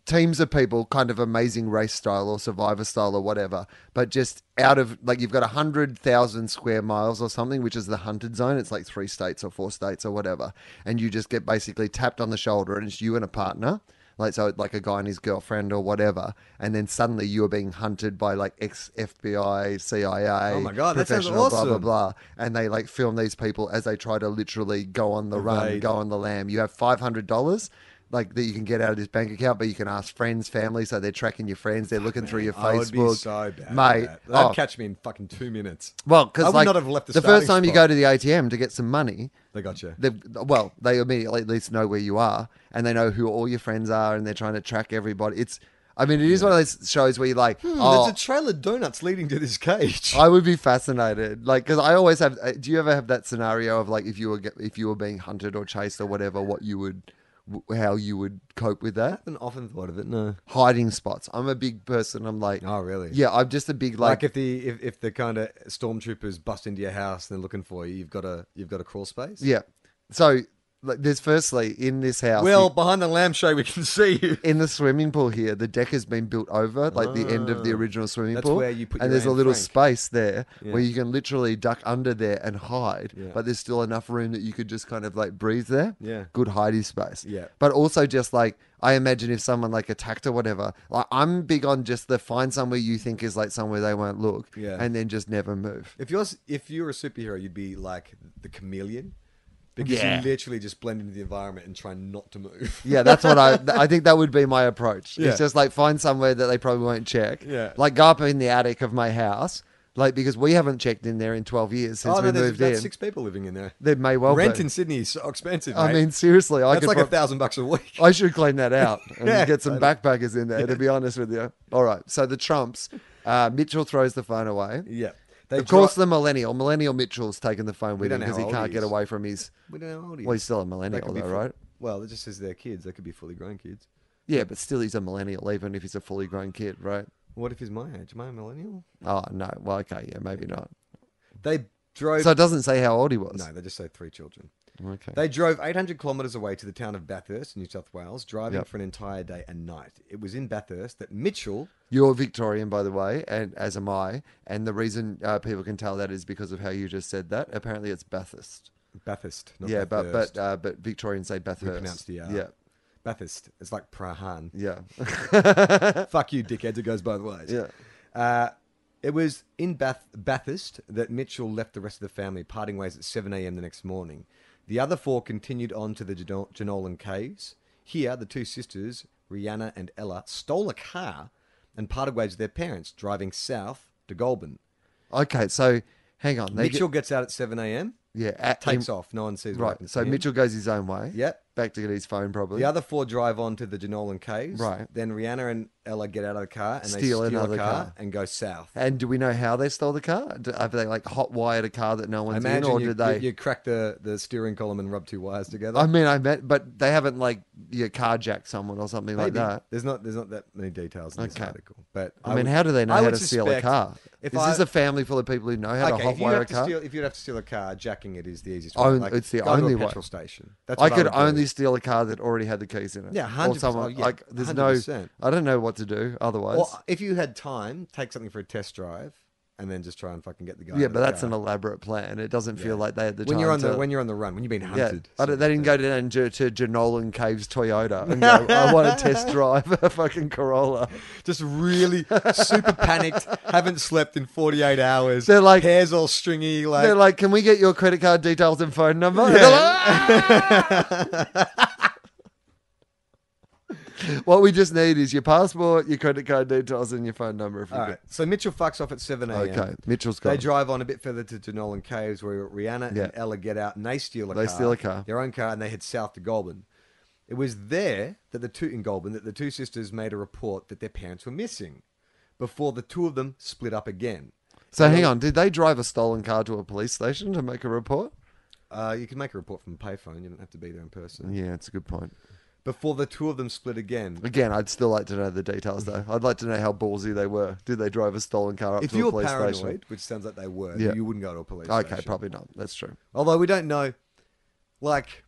B: teams of people, kind of amazing race style or survivor style or whatever, but just out of like you've got a hundred thousand square miles or something, which is the hunted zone. It's like three states or four states or whatever, and you just get basically tapped on the shoulder, and it's you and a partner. Like so, like a guy and his girlfriend or whatever, and then suddenly you are being hunted by like ex FBI, CIA,
A: Oh my God, that sounds
B: professional, blah blah
A: awesome.
B: blah, and they like film these people as they try to literally go on the run,
A: Evade.
B: go on the lamb. You have five hundred dollars, like that you can get out of this bank account, but you can ask friends, family, so they're tracking your friends, they're looking through your Facebook.
A: Ah, I would oh, be so bad, at
B: mate.
A: that. That'd
B: oh,
A: catch me in fucking two minutes.
B: well,
A: I
B: because
A: would
B: like
A: not have left the
B: first
A: starting
B: time you go
A: spot.
B: to the ATM to get some money,
A: They got you.
B: they well, they immediately at least know where you are, and they know who all your friends are, and they're trying to track everybody. It's I mean, it is one of those shows where you're like,
A: There's
B: oh,
A: Hmm, a trail of donuts leading to this cage.
B: I would be fascinated, like, because I always have. uh, Do you ever have that scenario of like if you were get, if you were being hunted or chased or whatever, what you would, w- how you would cope with that?
A: haven't often thought of it. No.
B: Hiding spots. I'm a big person. I'm like,
A: Oh, really?
B: yeah, I'm just a big like.
A: Like, if the if, if the kind of stormtroopers bust into your house and they're looking for you, you've got a you've got a crawl space.
B: yeah. So like, there's firstly in this house.
A: Well, behind the lampshade, we can see you.
B: in the swimming pool here, the deck has been built over, like the end of the original swimming
A: Ah. That's
B: pool.
A: where you put
B: and
A: your
B: there's a
A: Anne
B: little
A: Frank.
B: space there where
A: Yeah.
B: you can literally duck under there and hide,
A: Yeah.
B: but there's still enough room that you could just kind of like breathe there.
A: Yeah.
B: Good hidey space.
A: Yeah.
B: But also just like I imagine if someone like attacked or whatever, like I'm big on just the find somewhere you think is like somewhere they won't look.
A: Yeah.
B: And then just never move.
A: If you're s- if you were a superhero, you'd be like the chameleon, because
B: Yeah.
A: you literally just blend into the environment and try not to move.
B: Yeah, that's what I. th- I think that would be my approach.
A: Yeah.
B: It's just like find somewhere that they probably won't check.
A: Yeah.
B: Like go up in the attic of my house, like because we haven't checked in there in twelve years since
A: oh
B: we
A: no, there's
B: moved
A: about
B: in.
A: six people living in there.
B: There may well
A: Rent
B: be.
A: in Sydney is so expensive.
B: I
A: mate.
B: mean, seriously, I
A: that's
B: could.
A: like a
B: prob-
A: thousand bucks a week.
B: I should clean that out and
A: Yeah.
B: get some backpackers in there. To be honest with you. All right. So the Trumps, uh, Mitchell throws the phone away.
A: yeah, they
B: of course,
A: dri-
B: the millennial, millennial Mitchell's taken the phone with
A: don't
B: him
A: know how
B: because he
A: old
B: can't
A: he
B: get
A: is.
B: away from his.
A: we don't know how old he is.
B: Well, he's still a
A: They
B: millennial
A: could be
B: though,
A: fu-
B: right?
A: Well, it just says they're kids. They could be fully grown kids.
B: Yeah, but still, he's a millennial, even if he's a fully grown kid, right?
A: What if he's my age? Am I a millennial?
B: Oh no. Well, okay, yeah, maybe not.
A: They drove.
B: So it doesn't say how old he was.
A: no, they just say three children.
B: Okay.
A: They drove 800 kilometres away to the town of Bathurst, New South Wales, driving
B: Yep.
A: for an entire day and night. It was in Bathurst that Mitchell
B: You're Victorian, by the way, and as am I. And the reason uh, people can tell that is because of how you just said that. Apparently, it's Bathurst.
A: Bathurst, not
B: yeah,
A: Bathurst.
B: but but uh, but Victorians say Bathurst.
A: pronounce the R.
B: Yeah,
A: Bathurst. It's like Prahan.
B: yeah,
A: Fuck you, dickheads. It goes both ways.
B: yeah.
A: Uh, it was in Bath- Bathurst that Mitchell left the rest of the family, parting ways at 7 a.m. the next morning. The other four continued on to the Jano- Janolan Caves. Here, the two sisters, Rihanna and Ella, stole a car and parted ways with their parents, driving south to Goulburn.
B: Okay, so hang on. They
A: Mitchell gets out at 7 a.m.,
B: get, yeah, at
A: takes
B: him-
A: off. No one sees what
B: Right.
A: happens
B: So
A: to him.
B: Mitchell goes his own way.
A: Yep.
B: Back to get his phone, probably.
A: The other four drive on to the Janolan Caves.
B: Right.
A: Then Rihanna and Ella get out of the car and
B: Steal
A: they steal
B: another
A: a car,
B: car.
A: and go south.
B: And do we know how they stole the car? Do, have they like hot wired a car that no one's in,
A: Imagine
B: or
A: you,
B: did they?
A: you, you crack the, the steering column and rub two wires together.
B: I mean, I meant, but they haven't like you carjacked someone or something like
A: Maybe.
B: that.
A: There's not there's not that many details in this
B: Okay.
A: article. But
B: I, mean, how do they know
A: I
B: how
A: would
B: to steal a
A: suspect
B: car?
A: If
B: is
A: I,
B: this a family full of people who know how
A: okay,
B: to
A: if you'd
B: hotwire
A: have
B: a
A: to
B: car?
A: steal if you'd have to steal a car, jacking it is the easiest.
B: Own-
A: way. Like,
B: it's the
A: go to a
B: only way.
A: petrol station. That's
B: I
A: what
B: could
A: would do.
B: only steal a car that already had the keys in it.
A: Yeah,
B: Or
A: 100%.
B: someone
A: Oh, yeah,
B: like there's no.
A: 100%.
B: I don't know what to do otherwise.
A: Or if you had time, take something for a test drive, and then just try and fucking get the guy.
B: yeah,
A: out of
B: but
A: the
B: that's
A: car.
B: an elaborate plan. It doesn't feel like they had the
A: when
B: time
A: you're on
B: to.
A: the when you're on the run when you've been
B: yeah,
A: hunted.
B: I don't, they didn't go down to, to Janolan Caves Toyota and go, I want to test drive a fucking Corolla.
A: just really super panicked, haven't slept in 48 hours.
B: They're like-
A: hair's all stringy. Like
B: They're like, can we get your credit card details and phone number? And they're like, "Ah!" what we just need is your passport, your credit card details, and your phone number. If we
A: all right. So Mitchell fucks off at 7 a.m.
B: could. Okay, Mitchell's
A: They
B: got. it.
A: drive on a bit further to Denolan Caves where Rihanna
B: Yeah.
A: and Ella get out and they steal a
B: They
A: car.
B: steal a car.
A: Their own car and they head south to Goulburn. It was there that the two in Goulburn that the two sisters made a report that their parents were missing before the two of them split up again.
B: So hang on, did they drive a stolen car to a police station to make a report?
A: Uh, you can make a report from a payphone. You don't have to be there in person.
B: Yeah, it's a good point.
A: Before the two of them split again.
B: Again, I'd still like to know the details though. I'd like to know how ballsy they were. Did they drive a stolen car up
A: If
B: to
A: you
B: a
A: were
B: police
A: paranoid,
B: station?
A: which sounds like they were,
B: Yeah.
A: you wouldn't go to a police
B: Okay,
A: station.
B: probably not. That's true.
A: Although we don't know, like,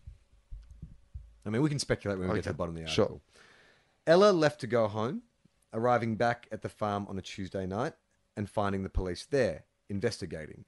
A: I mean, we can speculate when we get to
B: Okay,
A: the bottom of the
B: sure.
A: article. Ella left to go home, arriving back at the farm on a Tuesday night and finding the police there investigating.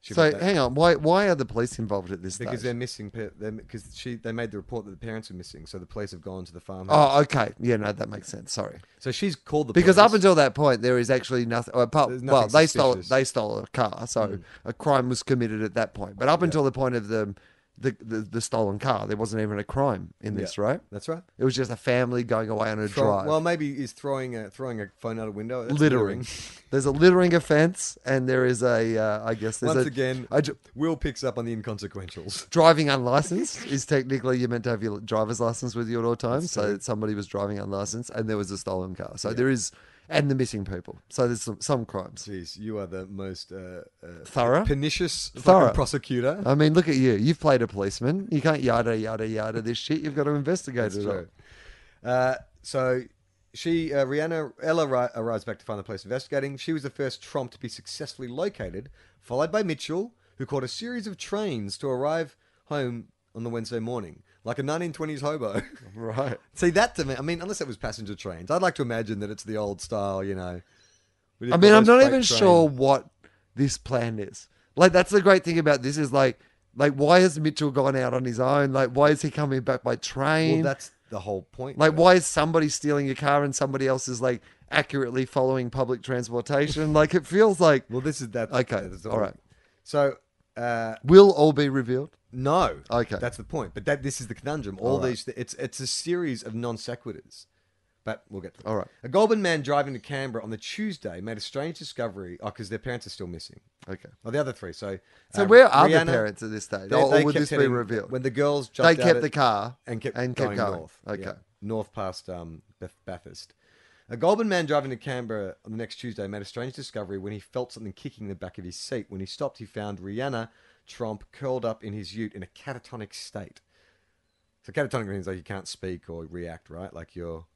A: She
B: so
A: wrote that-
B: hang on, why why are the police involved at this
A: because
B: stage?
A: they're missing. Because she they made the report that the parents are missing, so the police have gone to the farmhouse.
B: Oh, okay. Yeah, no, that makes sense. Sorry.
A: So she's called the
B: Because
A: police.
B: up until that point, there is actually nothing. Well, apart,
A: There's
B: well
A: nothing
B: they stole
A: suspicious. Mm.
B: they stole a car, so a crime was committed at that point. But up until the point of them the, the, the stolen car. There wasn't even a crime in this,
A: Yeah.
B: right?
A: That's right.
B: It was just a family going away on a
A: Throw-
B: drive.
A: Well, maybe is throwing a throwing a phone out a window. That's
B: littering. there's a littering offence, and there is a, uh, I guess, there's
A: Once
B: a,
A: again,
B: a dr-
A: Will picks up on the inconsequentials.
B: driving unlicensed is technically you're meant to have your driver's license with you at all times. So somebody was driving unlicensed, and there was a stolen car. So there is, and the missing people. So there's some, some crimes.
A: Jeez, you are the most uh, uh,
B: Thorough?
A: pernicious fucking
B: Thorough. Uh,
A: prosecutor.
B: I mean, look at you. You've played a policeman. You can't yada yada yada this shit. You've got to investigate
A: That's
B: it. all.
A: true. Uh, so she, uh, Rihanna, Ella ri- arrives back to find the police investigating. She was the first Trump to be successfully located, followed by Mitchell, who caught a series of trains to arrive home on the Wednesday morning, like a 1920s hobo.
B: Right.
A: See that to me. I mean, unless it was passenger trains, I'd like to imagine that it's the old style. You know. we
B: I
A: didn't
B: mean,
A: call
B: I'm
A: those
B: not
A: freight
B: even
A: train-
B: sure what this plan is. Like, that's the great thing about this is like, like why has Mitchell gone out on his own? Like, why is he coming back by train?
A: Well, that's the whole point.
B: like,
A: though.
B: why is somebody stealing a car and somebody else is like accurately following public transportation? like, it feels like
A: Well, this is that.
B: Okay,
A: that's the
B: all
A: whole-
B: right.
A: So. Uh,
B: will all be revealed.
A: No.
B: Okay.
A: That's the point. But that this is the conundrum. All,
B: All right.
A: these, it's it's a series of non sequiturs. But we'll get to it.
B: All right.
A: A Goulburn man driving to Canberra on the Tuesday made a strange discovery. Oh, because their parents are still missing.
B: Okay.
A: Well, the other three. So,
B: So
A: uh,
B: where are
A: Rihanna-
B: the parents at this stage?
A: they-
B: or
A: they
B: would
A: kept
B: this be
A: heading-
B: revealed?
A: When the girls
B: they
A: jumped out
B: kept
A: at-
B: the car
A: and kept
B: and
A: going,
B: kept going.
A: north.
B: Okay.
A: yeah. north past um, Beth- Bathurst. A Goulburn man driving to Canberra on the next Tuesday made a strange discovery when he felt something kicking the back of his seat. When he stopped, he found Rihanna Trump curled up in his ute in a catatonic state. So catatonic means like you can't speak or react, right? Like you're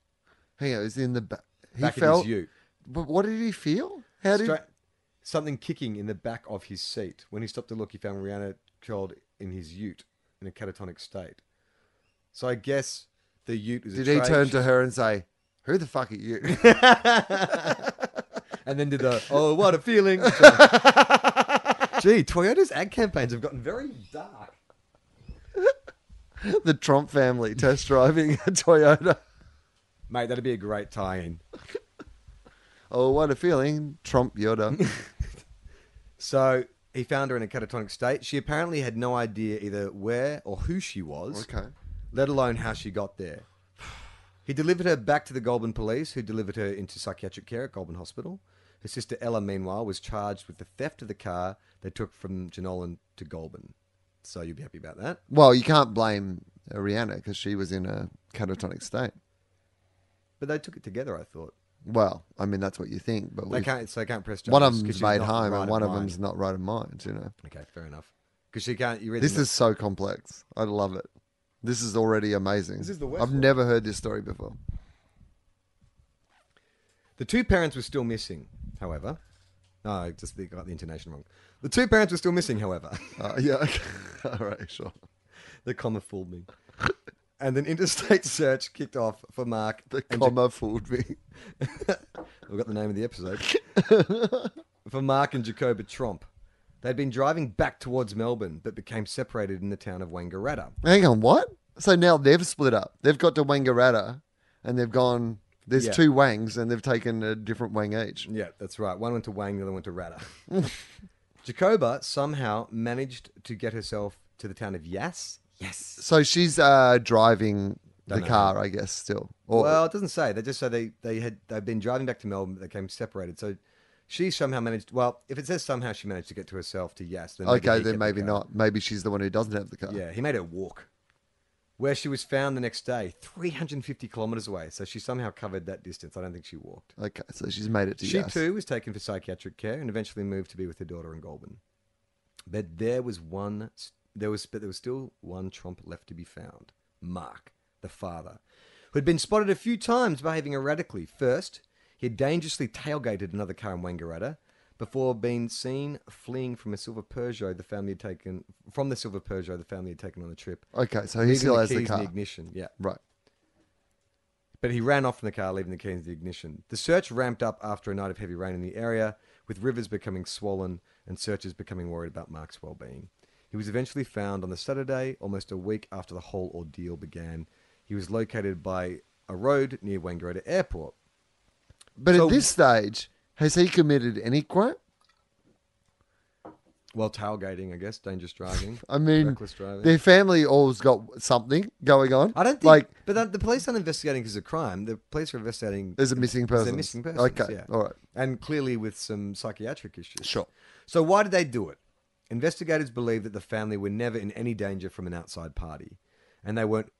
B: Hang on, it's in the back. He
A: back in
B: felt.
A: his ute.
B: But what did he feel? How did?
A: Stra- something kicking in the back of his seat. When he stopped to look, he found Rihanna curled in his ute in a catatonic state. So I guess the ute was.
B: Did
A: a
B: he
A: trade
B: turn to her and say, "Who the fuck are you?"
A: and then did the oh what a feeling. Gee, Toyota's ad campaigns have gotten very dark.
B: the Trump family test driving a Toyota.
A: Mate, that'd be a great tie-in.
B: Oh, what a feeling, Trump Yoda.
A: So he found her in a catatonic state. She apparently had no idea either where or who she was,
B: okay.
A: let alone how she got there. He delivered her back to the Goulburn police, who delivered her into psychiatric care at Goulburn Hospital. Her sister Ella, meanwhile, was charged with the theft of the car they took from Janolan to Goulburn. So you'll be happy about that.
B: Well, you can't blame Rihanna because she was in a catatonic state.
A: But they took it together, I thought.
B: Well, I mean that's what you think, but
A: They
B: we-
A: can't. So they can't press.
B: one of
A: charges 'cause
B: them's
A: she's
B: made
A: not
B: home
A: right
B: and one of
A: mind.
B: them's not right of mind. You know,
A: Okay, fair enough. Because she can't. You read
B: this
A: the-
B: is so complex. I love it. This is already amazing.
A: This is the worst
B: I've
A: one.
B: never heard this story before.
A: the two parents were still missing. However, no, I just think I got the intonation wrong. The two parents were still missing. However,
B: Uh, yeah. Okay. All right. Sure.
A: the comma fooled me. And an interstate search kicked off for Mark.
B: The
A: and
B: comma fooled me.
A: We've got the name of the episode. For Mark and Jacoba Tromp. They'd been driving back towards Melbourne, but became separated in the town of Wangaratta.
B: Hang on, what? So now they've split up. They've got to Wangaratta and they've gone. There's
A: Yeah.
B: two Wangs and they've taken a different Wang each.
A: Yeah, that's right. One went to Wang, the other went to Rata. Jacoba somehow managed to get herself to the town of Yass. Yes.
B: So she's uh, driving
A: Don't
B: the
A: know.
B: car, I guess, still. Or,
A: Well, it doesn't say. They just say they, they had they've been driving back to Melbourne, but they came separated. So she somehow managed. Well, if it says somehow she managed to get to herself to Yass, then maybe
B: okay,
A: he
B: then
A: kept the
B: maybe
A: car.
B: not. Maybe she's the one who doesn't have the car.
A: Yeah, he made her walk. Where she was found the next day, 350 kilometres away. So she somehow covered that distance. I don't think she walked.
B: Okay, so she's made it to
A: She
B: yes.
A: too was taken for psychiatric care and eventually moved to be with her daughter in Goulburn. But there was one, there was, but there was still one Trump left to be found. Mark, the father, who had been spotted a few times behaving erratically. First, he had dangerously tailgated another car in Wangaratta before being seen fleeing from a silver Peugeot the family had taken from the silver Peugeot the family had taken on the trip.
B: Okay, so he
A: leaving
B: still has the
A: keys in
B: car.
A: ignition. Yeah.
B: Right.
A: But he ran off from the car, leaving the keys in the ignition. The search ramped up after a night of heavy rain in the area, with rivers becoming swollen and searchers becoming worried about Mark's well being. He was eventually found on the Saturday, almost a week after the whole ordeal began. He was located by a road near Wangaratta Airport.
B: But
A: So-
B: at this stage, has he committed any crime?
A: Well, tailgating, I guess, dangerous driving.
B: I mean,
A: reckless driving.
B: their family all's got something going on.
A: I don't think,
B: like
A: but that, the police aren't investigating because of crime. The police are investigating
B: there's a missing
A: as
B: person.
A: a missing person.
B: Okay,
A: yeah.
B: all right,
A: and clearly with some psychiatric issues.
B: sure.
A: So why did they do it? Investigators believe that the family were never in any danger from an outside party, and they weren't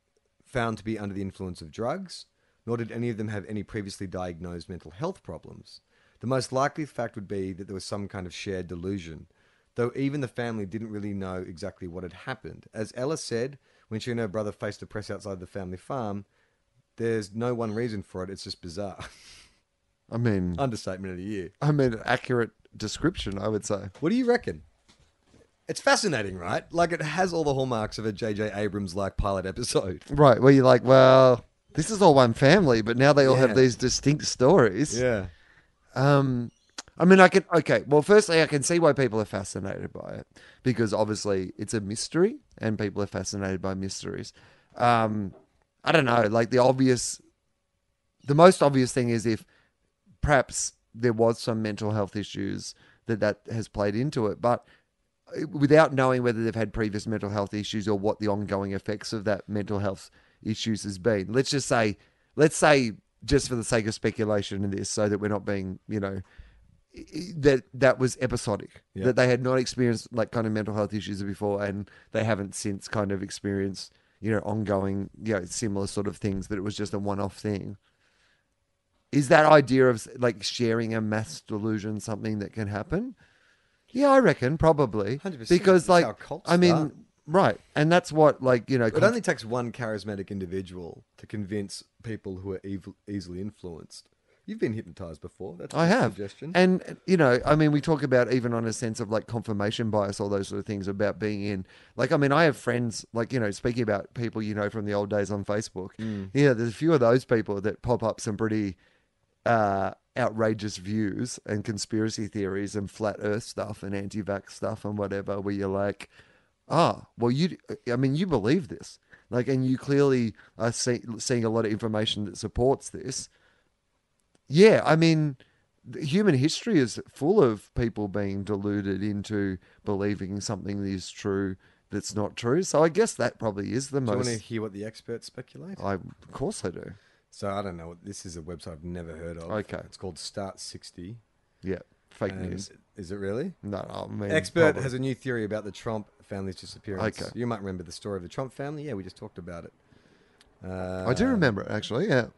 A: found to be under the influence of drugs, nor did any of them have any previously diagnosed mental health problems. The most likely fact would be that there was some kind of shared delusion, though even the family didn't really know exactly what had happened. As Ella said, when she and her brother faced the press outside the family farm, there's no one reason for it, it's just bizarre.
B: I mean,
A: Understatement of the year.
B: I mean, an accurate description, I would say.
A: What do you reckon? It's fascinating, right? Like it has all the hallmarks of a J.J. Abrams like pilot episode.
B: Right, where you're like, well, this is all one family, but now they all
A: Yeah.
B: have these distinct stories.
A: Yeah.
B: Um, I mean, I can okay. Well, firstly, I can see why people are fascinated by it because obviously it's a mystery, and people are fascinated by mysteries. Um, I don't know, like the obvious, the most obvious thing is if perhaps there was some mental health issues that that has played into it, but without knowing whether they've had previous mental health issues or what the ongoing effects of that mental health issues has been. Let's just say, let's say, just for the sake of speculation in this, so that we're not being, you know, i- i- that that was episodic.
A: Yeah.
B: That they had not experienced like kind of mental health issues before, and they haven't since kind of experienced, you know, ongoing, you know, similar sort of things. That it was just a one-off thing. Is that idea of like sharing a mass delusion something that can happen? Yeah, I reckon probably
A: 100%.
B: because
A: That's
B: like
A: how cults
B: I mean,
A: start.
B: right, and that's what like you know.
A: It only takes one charismatic individual to convince people who are evil, easily influenced. You've been hypnotized before. That's
B: I
A: a
B: have,
A: suggestion.
B: and you know, I mean, we talk about even on a sense of like confirmation bias, all those sort of things about being in. Like, I mean, I have friends, like you know, speaking about people you know from the old days on Facebook.
A: Hmm.
B: Yeah, there's a few of those people that pop up some pretty uh, outrageous views and conspiracy theories and flat Earth stuff and anti-vax stuff and whatever, where you're like, ah, well, you, I mean, you believe this, like, and you clearly are see, seeing a lot of information that supports this. Yeah, I mean, th- human history is full of people being deluded into believing something that is true that's not true. So I guess that probably is the
A: Do you want to
B: most. Oh.
A: hear what the experts speculate?
B: I, of course, I do.
A: So I don't know. This is a website I've never heard of.
B: Okay.
A: It's called Start 60.
B: Yeah, fake
A: And-
B: news.
A: Is it really?
B: No, I mean,
A: Expert
B: probably.
A: has a new theory about the Trump family's disappearance.
B: Okay.
A: You might remember the story of the Trump family. Yeah, we just talked about it. Uh,
B: I do remember it actually. Yeah.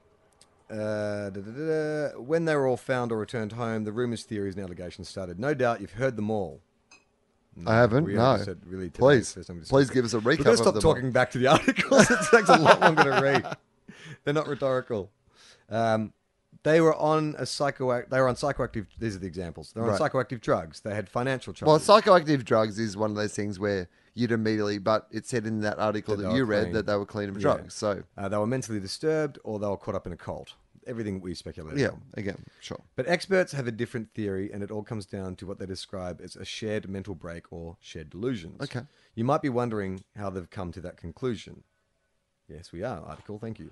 A: Uh, da, da, da, da. when they were all found or returned home, the rumors, theories, and allegations started. No doubt you've heard them all.
B: I haven't.
A: we
B: no.
A: only said really today,
B: please,
A: first time we
B: please
A: discussed
B: give us a
A: We're
B: recap.
A: going
B: of
A: to stop
B: them
A: talking back to the articles. It takes a lot longer to read. They're not rhetorical. Um, they were on a psychoact. They were on psychoactive. These are the examples. They were on
B: Right.
A: psychoactive drugs. They had financial trouble.
B: Well, psychoactive drugs is one of those things where you'd immediately, but it said in that article
A: That
B: that,
A: they
B: you
A: were
B: read
A: clean.
B: that they were clean of
A: Yeah.
B: drugs. So
A: uh, they were mentally disturbed, or they were caught up in a cult. Everything we speculated.
B: yeah,
A: on.
B: again, sure.
A: But experts have a different theory, and it all comes down to what they describe as a shared mental break or shared delusions.
B: Okay.
A: You might be wondering how they've come to that conclusion. Yes, we are. Article, thank you.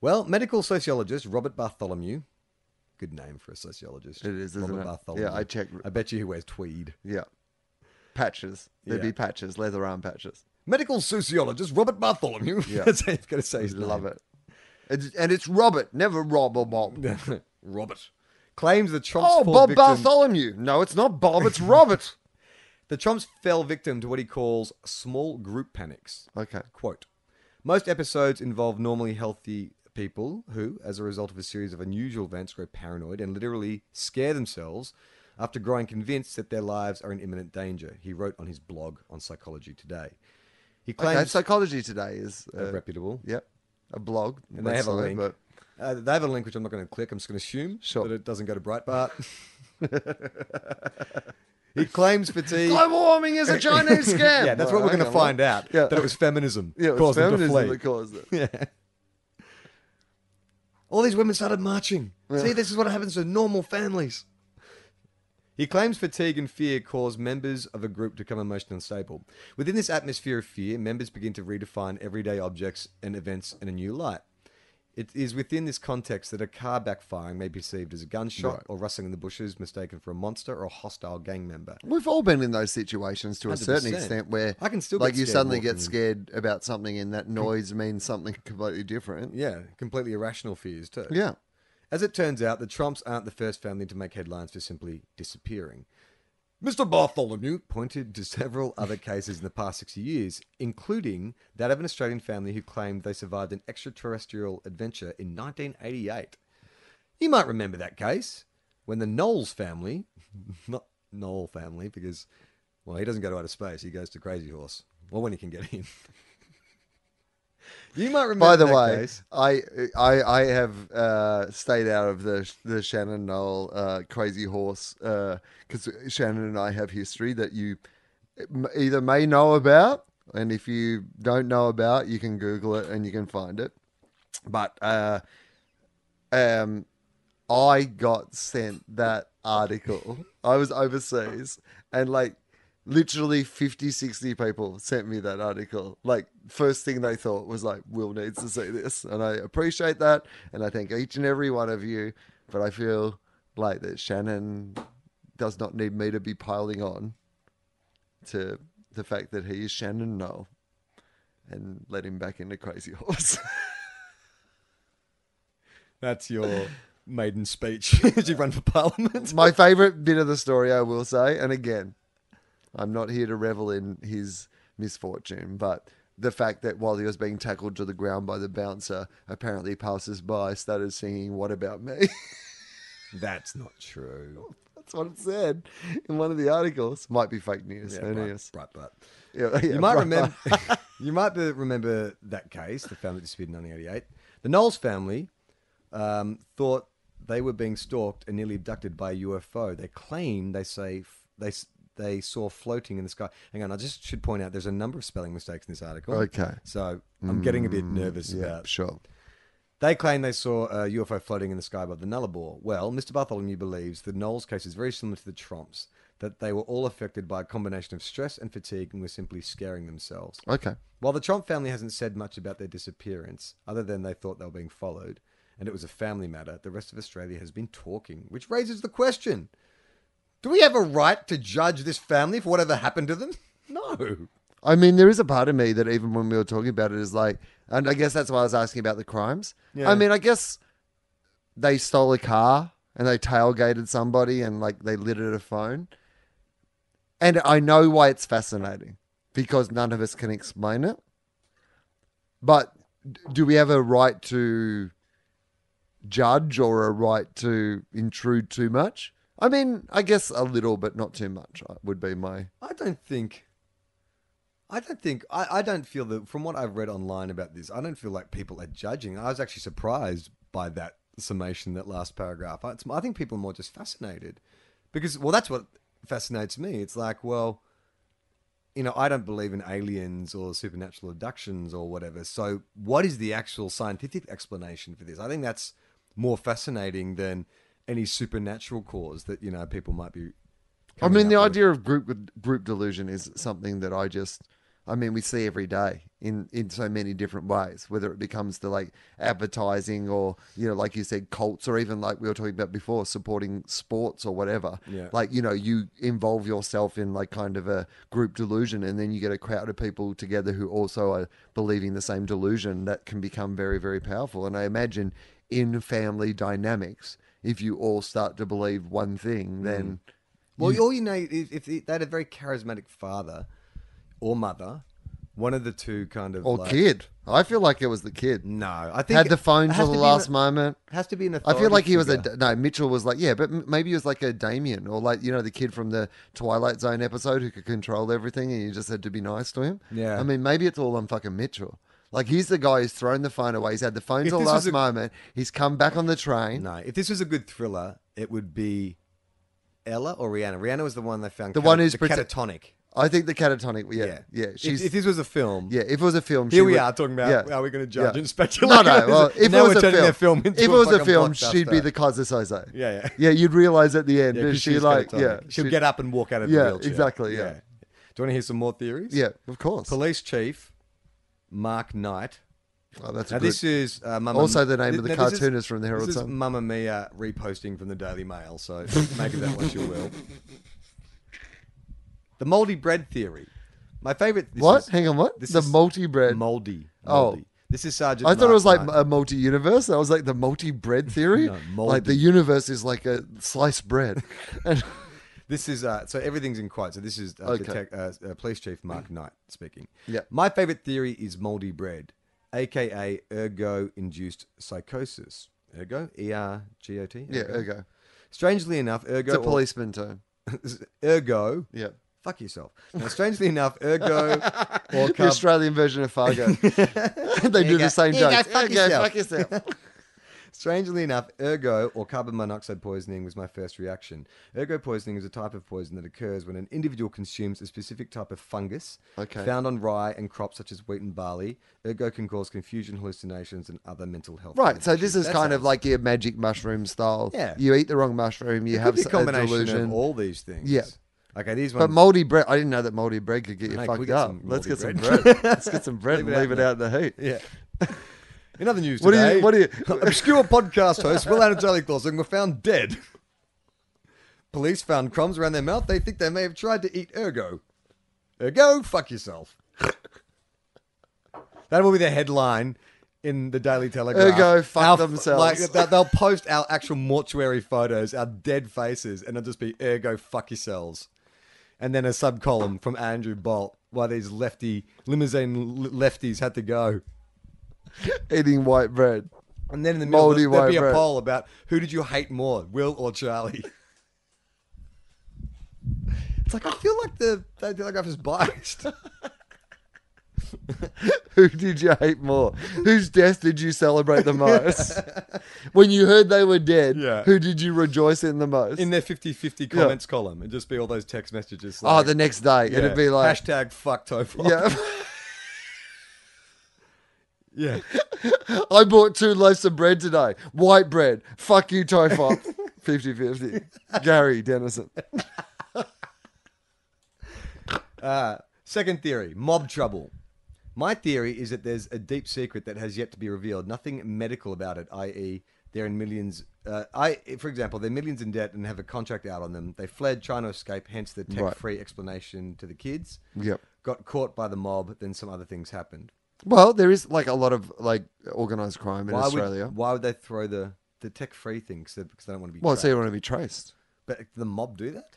A: Well, medical sociologist Robert Bartholomew, good name for a sociologist.
B: It is, isn't
A: Robert
B: it?
A: Bartholomew.
B: Yeah, I checked.
A: I bet you he wears tweed.
B: Yeah, patches. There'd
A: Yeah.
B: be patches, leather arm patches.
A: Medical sociologist Robert Bartholomew.
B: Yeah.
A: That's how you've got to say his
B: Love
A: name.
B: it. It's, and it's Robert, never Rob or Bob.
A: Robert. Claims the Trump's
B: Oh,
A: fall
B: Bob
A: victim-
B: Bartholomew. No, it's not Bob. It's Robert.
A: The Trumps fell victim to what he calls small group panics.
B: okay.
A: Quote Most episodes involve normally healthy people who, as a result of a series of unusual events, grow paranoid and literally scare themselves after growing convinced that their lives are in imminent danger, he wrote on his blog on Psychology Today. He
B: Okay.
A: claims
B: Psychology Today is
A: Uh,
B: uh,
A: reputable.
B: yep a blog.
A: And they have a
B: website,
A: link.
B: but-
A: Uh, they have a link which I'm not going to click. I'm just going to assume
B: Sure.
A: that it doesn't go to Breitbart. he claims fatigue.
B: Global warming is a Chinese scam.
A: yeah, that's
B: Right,
A: what we're going to
B: okay,
A: find
B: well,
A: out.
B: Yeah.
A: That it was feminism
B: Yeah, it was
A: caused them to
B: feminism
A: flee.
B: that caused it.
A: Yeah. All these women started marching. See, this is what happens to normal families. He claims fatigue and fear cause members of a group to become emotionally unstable. Within this atmosphere of fear, members begin to redefine everyday objects and events in a new light. It is within this context that a car backfiring may be perceived as a gunshot or rustling in the bushes mistaken for a monster or a hostile gang member.
B: We've all been in those situations to a
A: 100%.
B: certain extent where
A: I can still get
B: like you
A: scared
B: suddenly get
A: walking.
B: scared about something and that noise means something completely different.
A: Yeah, completely irrational fears too.
B: Yeah.
A: As it turns out, the Trumps aren't the first family to make headlines for simply disappearing. Mr. Bartholomew pointed to several other cases in the past 60 years, including that of an Australian family who claimed they survived an extraterrestrial adventure in 1988. You might remember that case when the Knowles family, not Knoll family, because, well, he doesn't go to outer space, he goes to Crazy Horse, or when he can get in. you might remember
B: By the
A: that
B: way,
A: case.
B: I, I I have uh, stayed out of the the Shannon Knoll uh, crazy horse because Shannon and I have history that you m- either may know about, and if you don't know about, you can Google it and you can find it. But uh, um, I got sent that article. I was overseas and like literally 50, 60 people sent me that article. Like first thing they thought was like, Will needs to see this. And I appreciate that. And I thank each and every one of you. But I feel like that Shannon does not need me to be piling on to the fact that he is Shannon Noel and let him back into Crazy Horse.
A: That's your maiden speech as you run for parliament.
B: my favorite bit of the story, I will say, and again, I'm not here to revel in his misfortune, but the fact that while he was being tackled to the ground by the bouncer, apparently passers by started singing "What About Me."
A: That's not true.
B: That's what it said in one of the articles. Might be fake news.
A: Yeah,
B: Who
A: right,
B: knows?
A: right, but
B: Yeah, yeah,
A: you might
B: right.
A: remember. you might be, remember that case, the family that disappeared in 1988. The Knowles family um, thought they were being stalked and nearly abducted by a UFO. They claim they say f- they s- they saw floating in the sky. Hang on, I just should point out there's a number of spelling mistakes in this article.
B: Okay.
A: so I'm getting a bit nervous
B: Yeah,
A: about
B: sure.
A: They claim they saw uh, a UFO floating in the sky above the Nullarbor. Well, Mr. Bartholomew believes the Knowles case is very similar to the Tromps, that they were all affected by a combination of stress and fatigue and were simply scaring themselves.
B: Okay.
A: While the Trump family hasn't said much about their disappearance, other than they thought they were being followed, and it was a family matter, the rest of Australia has been talking, which raises the question Do we have a right to judge this family for whatever happened to them? No.
B: I mean, there is a part of me that even when we were talking about it is like, and I guess that's why I was asking about the crimes.
A: Yeah.
B: I mean, I guess they stole a car and they tailgated somebody and like they littered a phone. And I know why it's fascinating because none of us can explain it. But d- do we have a right to judge or a right to intrude too much? I mean, I guess a little, but not too much uh, would be my.
A: I don't think. I don't think. I, I don't feel that. From what I've read online about this, I don't feel like people are judging. I was actually surprised by that summation, that last paragraph. I, it's, I think people are more just fascinated. Because, well, that's what fascinates me. It's like, well, you know, I don't believe in aliens or supernatural abductions or whatever. So, what is the actual scientific explanation for this? I think that's more fascinating than any supernatural cause that, you know, people might be.
B: I
A: coming
B: mean, the
A: up with.
B: idea of group group delusion is something that I just, I mean, we see every day in in so many different ways. Whether it becomes to like advertising or you know, like you said, cults, or even like we were talking about before, supporting sports or whatever.
A: Yeah.
B: Like you know, you involve yourself in like kind of a group delusion, and then you get a crowd of people together who also are believing the same delusion that can become very very powerful. And I imagine in family dynamics, if you all start to believe one thing,
A: Mm.
B: then.
A: Well, all you know, if, if they had a very charismatic father or mother, one of the two kind of
B: or
A: like,
B: kid. I feel like it was the kid.
A: No, I think
B: Had the phone
A: it has
B: till
A: to
B: the
A: be Oh,
B: last
A: An,
B: moment.
A: has to be an.
B: I feel like he was a
A: authority figure.
B: no. Mitchell was like, yeah, but m- maybe he was like a Damien or like you know the kid from the Twilight Zone episode who could control everything, and you just had to be nice to him.
A: Yeah.
B: I mean, maybe it's all on fucking Mitchell. Like he's the guy who's thrown the phone away. He's had the phone
A: If
B: till the
A: this was
B: last
A: a-
B: moment. He's come back on the train.
A: No, if this was a good thriller, it would be Ella or Rihanna. Rihanna was the one they found.
B: The one who's
A: the
B: prote-
A: catatonic.
B: I think the catatonic. Yeah, yeah.
A: Yeah, If-
B: she's
A: If, this was a film,
B: yeah. If it was a film,
A: Here
B: she
A: we
B: would-
A: are talking about
B: yeah.
A: how we're going to judge
B: Yeah.
A: and speculate.
B: No,
A: on
B: no.
A: this.
B: Well, if
A: now
B: it
A: we're
B: was a
A: turning
B: film,
A: their film into
B: if it
A: a
B: was a
A: fucking
B: film,
A: blockbuster.
B: she'd be the Kaiser Soze.
A: Yeah, yeah.
B: Yeah, you'd realize at the end.
A: Yeah,
B: that
A: 'cause
B: she
A: she's
B: like,
A: catatonic.
B: yeah,
A: she'll
B: she-
A: get up and walk out of the
B: Yeah,
A: wheelchair.
B: exactly, yeah.
A: Do you want to hear some more theories?
B: Yeah, of course.
A: Police Chief Mark Knight
B: Oh, that's a
A: Now
B: good.
A: this is uh, Mamma
B: Also the name
A: thi-
B: of the
A: now this is-
B: cartoonist from the Herald
A: This is
B: Sun.
A: Mamma Mia reposting from the Daily Mail, so make of that what you will. The moldy bread theory. My favorite. This
B: what?
A: is-
B: Hang on, what?
A: This
B: The
A: is
B: multi bread.
A: Moldy.
B: Oh.
A: moldy. This is Sergeant.
B: I thought
A: Mark
B: it was like uh,
A: Knight.
B: a multi universe. That was like the multi bread theory.
A: No,
B: like the
A: moldy.
B: universe is like a sliced bread. And
A: This is uh, so everything's in quotes. So this is uh,
B: Okay. Mm.
A: detec- uh, uh, Police Chief Mark Knight speaking.
B: Yeah.
A: My favorite theory is moldy bread, aka ergo-induced psychosis. Ergo, E R G O T.
B: yeah, okay.
A: Strangely enough, ergo.
B: It's a
A: or-
B: policeman term.
A: ergo.
B: Yeah.
A: Fuck yourself. Now, strangely enough, ergo or
B: The
A: carb-
B: Australian version of Fargo. they
A: go.
B: do the same
A: Here you
B: joke.
A: go, fuck yourself.
B: fuck yourself.
A: Strangely enough, ergo or carbon monoxide poisoning was my first reaction. Ergo poisoning is a type of poison that occurs when an individual consumes a specific type of fungus
B: Okay.
A: found on rye and crops such as wheat and barley. Ergo can cause confusion, hallucinations, and other mental health.
B: Right, so this
A: issues.
B: is
A: That
B: kind of
A: sounds-
B: like your magic mushroom style.
A: Yeah.
B: You eat the wrong mushroom, you
A: It
B: have
A: could be
B: s-
A: a
B: a
A: combination
B: delusion.
A: of all these things.
B: Yeah.
A: Okay, these ones.
B: But moldy bread, I didn't know that moldy bread could get you
A: Mm. Mate, can we
B: fucked
A: get
B: up.
A: some
B: Let's get
A: moldy
B: some
A: bread?
B: bread. Let's get some bread
A: Leave
B: and
A: it
B: leave
A: out
B: it out in the heat.
A: yeah. In other news
B: What do you-
A: today,
B: what do you-
A: obscure podcast hosts Will and Charlie Clausen were found dead. Police found crumbs around their mouth. They think they may have tried to eat ergo. Ergo, fuck yourself. that will be the headline in the Daily Telegraph.
B: Ergo, fuck
A: Our f-
B: themselves.
A: Like, they'll- they'll post our actual mortuary photos, our dead faces, and it'll just be ergo, fuck yourselves and then a sub column from Andrew Bolt why these lefty limousine l- lefties had to go.
B: Eating white bread.
A: And then in the middle,
B: Moldy
A: there'd be
B: white
A: a
B: bread.
A: poll about who did you hate more, Will or Charlie. It's like I feel like the the telegraph is biased.
B: Who did you hate more? Whose death did you celebrate the most? when you heard they were dead,
A: Yeah.
B: who did you rejoice in the most?
A: In their 50-50 comments column, it'd just be all those text messages.
B: oh,
A: Like,
B: the next day.
A: yeah,
B: It'd be like,
A: hashtag fuck tofu.
B: yeah,
A: yeah.
B: I bought two loaves of bread today. White bread. Fuck you, Tofop. 50 50. Gary Dennison.
A: Second theory, mob trouble. My theory is that there's a deep secret that has yet to be revealed. Nothing medical about it, i.e., they're in millions. Uh, I, for example, they're millions in debt and have a contract out on them. They fled trying to escape, hence the tech-free explanation to the kids.
B: Yep.
A: Got caught by the mob, then some other things happened.
B: Well, there is like a lot of like organized crime in
A: Why
B: Australia.
A: would why would they throw the the tech-free thing? 'Cause they- Because they don't want to be.
B: well, so you
A: tracked.
B: want to be traced.
A: but the mob do that.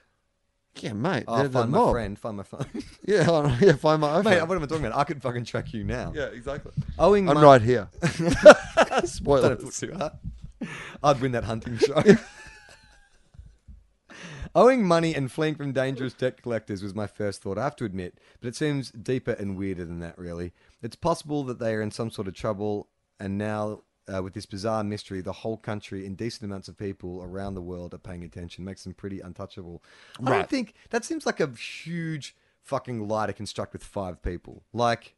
B: Yeah, mate.
A: Oh,
B: they're the
A: find my
B: mob.
A: friend, find my phone.
B: Yeah, I don't- yeah, find my
A: Mate,
B: iPhone.
A: what am I talking about? I could fucking track you now.
B: yeah, exactly.
A: Owing
B: I'm
A: my-
B: right here.
A: Don't have to
B: Spoilers.
A: look too hard. I'd win that hunting show. Owing money and fleeing from dangerous debt collectors was my first thought, I have to admit, but it seems deeper and weirder than that, really. It's possible that they are in some sort of trouble, and now, uh, with this bizarre mystery, the whole country and decent amounts of people around the world are paying attention, makes them pretty untouchable. I don't
B: Right.
A: think that seems like a huge fucking lie to construct with five people. Like,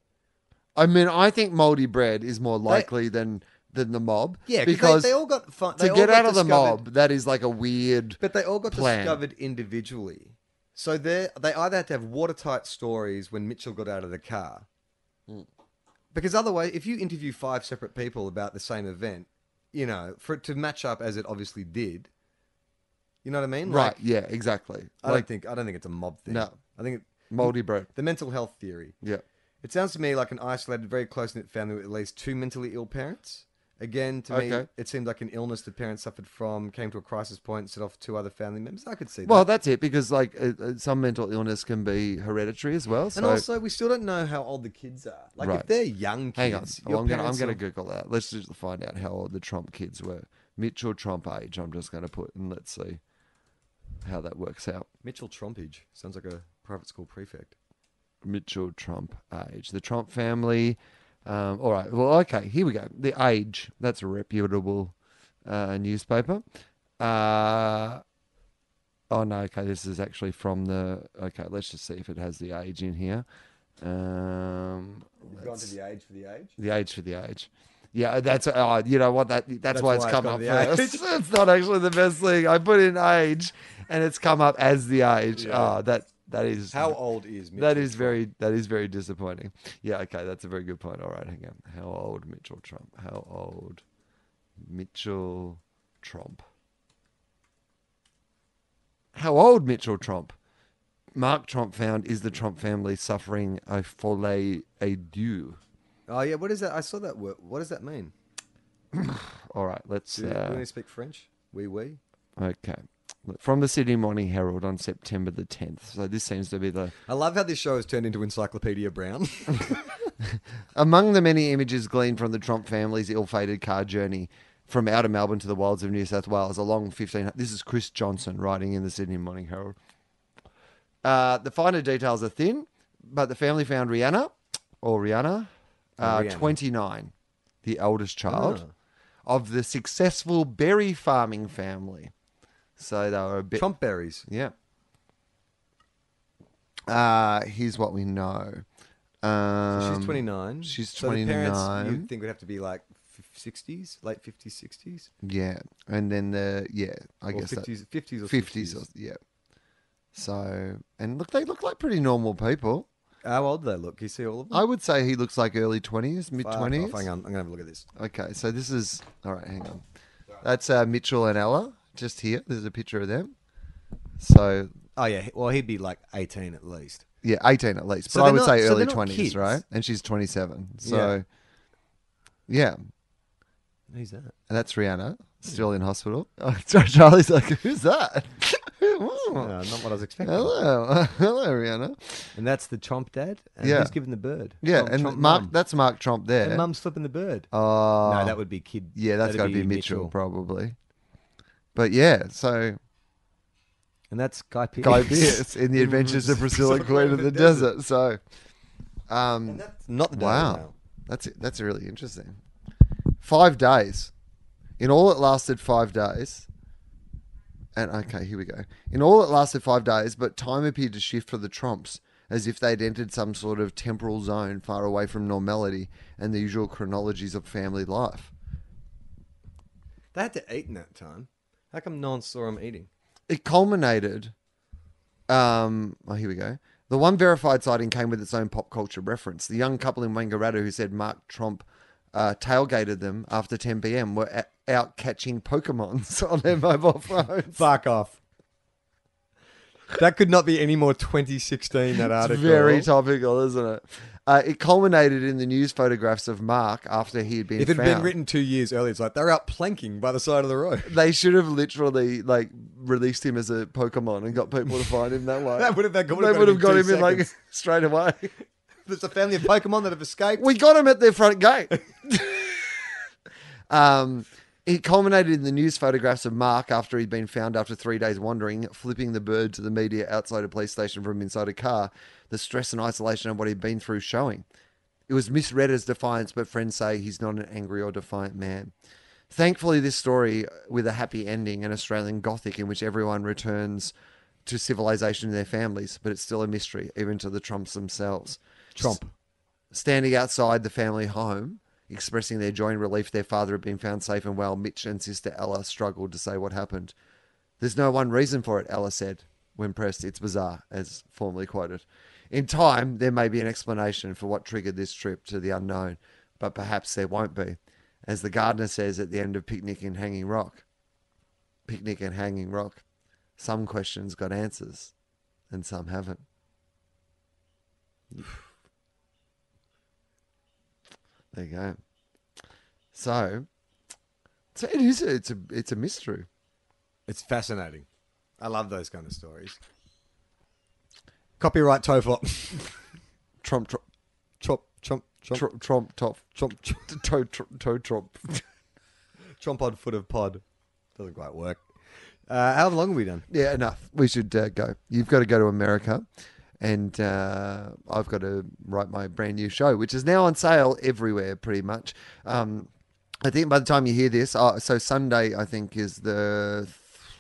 B: I mean, I think moldy bread is more likely than than the mob.
A: yeah, because
B: because
A: they, all got fun. they
B: to
A: all
B: get
A: got
B: out of the
A: discovered-
B: mob, that is like a weird.
A: But they all got
B: plan.
A: discovered individually. So they they either had to have watertight stories when Mitchell got out of the car,
B: Hmm.
A: because otherwise, if you interview five separate people about the same event, you know, for it to match up as it obviously did, you know what I mean?
B: Right?
A: Like,
B: Yeah, exactly.
A: I
B: like
A: don't think I don't think it's a mob thing.
B: No.
A: I think it,
B: moldy bread.
A: the mental health theory.
B: Yeah.
A: It sounds to me like an isolated, very close knit family with at least two mentally ill parents. Again, to me,
B: Okay.
A: it seemed like an illness the parents suffered from came to a crisis point and set off two other family members. I could see that.
B: Well, that's it because like uh, uh, some mental illness can be hereditary as well. So
A: And also, we still don't know how old the kids are. Like, if
B: Right.
A: they're young kids,
B: hang on, Oh,
A: your
B: I'm gonna I'm
A: parents
B: gonna
A: will-
B: Google that. Let's just find out how old the Trump kids were. Mitchell Trump age. I'm just gonna put and let's see how that works out.
A: Mitchell Trompage sounds like a private school prefect.
B: Mitchell Trump age. The Trump family. Um, all right. Well, okay. Here we go. The Age. That's a reputable uh, newspaper. Uh, oh no. Okay. This is actually from the. Okay. Let's just see if it has the age in here. Um, let's-
A: the age for the age.
B: the age for the age. Yeah, that's uh, you know what that that's, why it's
A: why it's
B: come
A: got
B: up
A: the age.
B: first. it's not actually the best thing. I put in age, and it's come up as the age. Oh, that That is
A: How old is Mitchell?
B: that is very that is very disappointing. Yeah, okay, that's a very good point. All right, hang on. How old Mitchell Trump? How old Mitchell Trump? How old Mitchell Trump? Mark Trump found is the Trump family suffering a folie a due.
A: Oh yeah, what is that? I saw that word. What does that mean?
B: All right, let's.
A: Do do we
B: Uh,
A: only speak French? Oui, oui.
B: okay, from the Sydney Morning Herald on September the tenth. So this seems to be the
A: I love how this show has turned into Encyclopedia Brown.
B: Among the many images gleaned from the Trump family's ill-fated car journey from outer Melbourne to the wilds of New South Wales along 15... This is Chris Johnson writing in the Sydney Morning Herald. Uh, the finer details are thin, but the family found Rihanna, or Rihanna, uh,
A: Rihanna.
B: 29, the eldest child, of the successful berry farming family. So they were a bit...
A: Trump berries.
B: Yeah. Uh, here's what we know. Um,
A: So she's 29.
B: she's
A: So the parents
B: 29.
A: you'd think would have to be like fif- 60s, late 50s, 60s?
B: Yeah, and then the yeah, I
A: Or
B: guess
A: 50s, 50s or 60s.
B: 50s. Or, yeah. So and look, they look like pretty normal people.
A: How old do they look? Can you see all of them?
B: I would say he looks like early twenties, mid
A: Fuck off.
B: twenties.
A: Hang on, I'm going to have a look at this.
B: Okay, so this is all right. Hang on, that's uh, Mitchell and Ella just here. There's a picture of them. So
A: Oh, yeah. Well, he'd be like 18 at least.
B: yeah, eighteen at least, but
A: So
B: I
A: they're
B: would
A: not-
B: say
A: so they're
B: early
A: not
B: twenties,
A: kids.
B: right? And she's twenty-seven. So yeah,
A: Who's that?
B: and that's Rihanna still in hospital. Oh, Charlie's like, who's that?
A: No, not what I was expecting.
B: Hello, hello, Rihanna.
A: And that's the Trump dad. And
B: Yeah.
A: who's giving the bird?
B: Yeah,
A: Trump-
B: and
A: Trump
B: Mark.
A: mum.
B: That's Mark Trump there.
A: And mum's flipping the bird.
B: Oh,
A: no, that would be kid.
B: yeah, that's
A: that'd
B: got to be, Mitchell, probably. But yeah, so
A: And that's Guy Pearce.
B: Guy Pearce in the Adventures of Priscilla Queen of the Desert. So, um,
A: And that's not the Daily
B: wow,
A: Mail.
B: that's that's really interesting. Five days, in all, it lasted five days. And okay, here we go. In all, it lasted five days, but time appeared to shift for the Trumps as if they'd entered some sort of temporal zone far away from normality and the usual chronologies of family life.
A: They had to eat in that time. How come no one saw him eating?
B: it culminated. Um, oh, here we go. The one verified sighting came with its own pop culture reference. The young couple in Wangaratta who said Mark Trump uh, tailgated them after 10 p.m. were a- out catching Pokemons on their mobile phones.
A: Fuck off. That could not be any more 2016, that
B: It's
A: article.
B: very topical, isn't it? Uh, it culminated in the news photographs of Mark after he had been
A: if it had
B: found.
A: been written two years earlier, it's like they're out planking by the side of the road.
B: they should have literally like released him as a Pokemon and got people to find him that way.
A: That would have- that would have
B: they
A: got him
B: would have
A: in
B: got
A: two
B: him in like
A: seconds.
B: straight away.
A: There's a family of Pokemon that have escaped.
B: We got him at their front gate. um, it culminated in the news photographs of Mark after he'd been found after three days wandering, flipping the bird to the media outside a police station from inside a car, the stress and isolation of what he'd been through showing. It was misread as defiance, but friends say he's not an angry or defiant man. Thankfully, this story uh, with a happy ending an Australian Gothic in which everyone returns to civilization in their families, but it's still a mystery, even to the Trumps themselves
A: Trump.
B: standing outside the family home, expressing their joy and relief their father had been found safe and well. Mitch and sister Ella struggled to say what happened. There's no one reason for it, Ella said. When pressed, it's bizarre, as formally quoted. In time, there may be an explanation for what triggered this trip to the unknown, but perhaps there won't be, as the gardener says at the end of Picnic in Hanging Rock. Picnic and Hanging Rock. Some questions got answers, and some haven't. There you go. So, so it is. It's a it's a mystery.
A: It's fascinating. I love those kind of stories. Copyright Tofop.
B: Trump, Trump,
A: Trump, Trump, Trump,
B: Trump, Trump, top,
A: Trump, Trump,
B: toe, Trump, toe, Trump.
A: Trump on foot of pod. Doesn't quite work. Uh, how long have we done?
B: Yeah, enough. We should uh, go. You've got to go to America, and uh, I've got to write my brand new show, which is now on sale everywhere, pretty much. Um, I think by the time you hear this, uh, so Sunday, I think, is the th-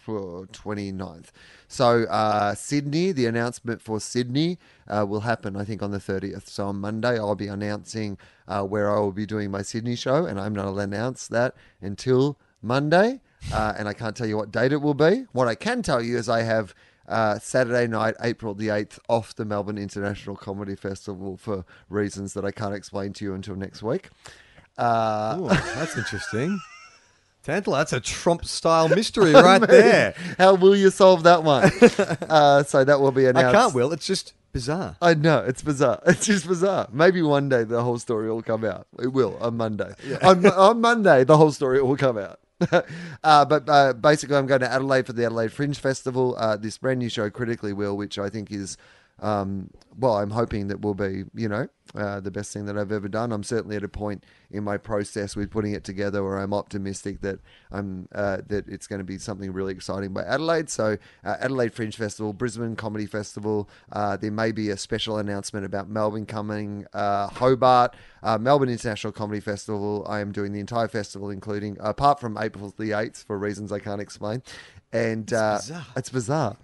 B: 29th. So, uh, Sydney, the announcement for Sydney uh, will happen, I think, on the 30th. So, on Monday, I'll be announcing uh, where I will be doing my Sydney show, and I'm not allowed to announce that until Monday. Uh, and I can't tell you what date it will be. What I can tell you is I have uh, Saturday night, April the 8th, off the Melbourne International Comedy Festival for reasons that I can't explain to you until next week. Uh,
A: Ooh, that's interesting. Tantal, that's a Trump style mystery right there.
B: How will you solve that one? uh, so that will be announced.
A: I can't, Will. It's just bizarre.
B: I know it's bizarre. It's just bizarre. Maybe one day the whole story will come out. It will on Monday. On, on Monday, the whole story will come out. uh, but uh, basically, I'm going to Adelaide for the Adelaide Fringe Festival. Uh, this brand new show, Critically Will, which I think is, um, well, I'm hoping that will be, you know, uh, the best thing that I've ever done. I'm certainly at a point in my process with putting it together where I'm optimistic that I'm uh, that it's going to be something really exciting by Adelaide. So uh, Adelaide Fringe Festival, Brisbane Comedy Festival. Uh, there may be a special announcement about Melbourne coming. Uh, Hobart, uh, Melbourne International Comedy Festival. I am doing the entire festival, including apart from April the eighth for reasons I can't explain. And uh,
A: bizarre.
B: it's bizarre.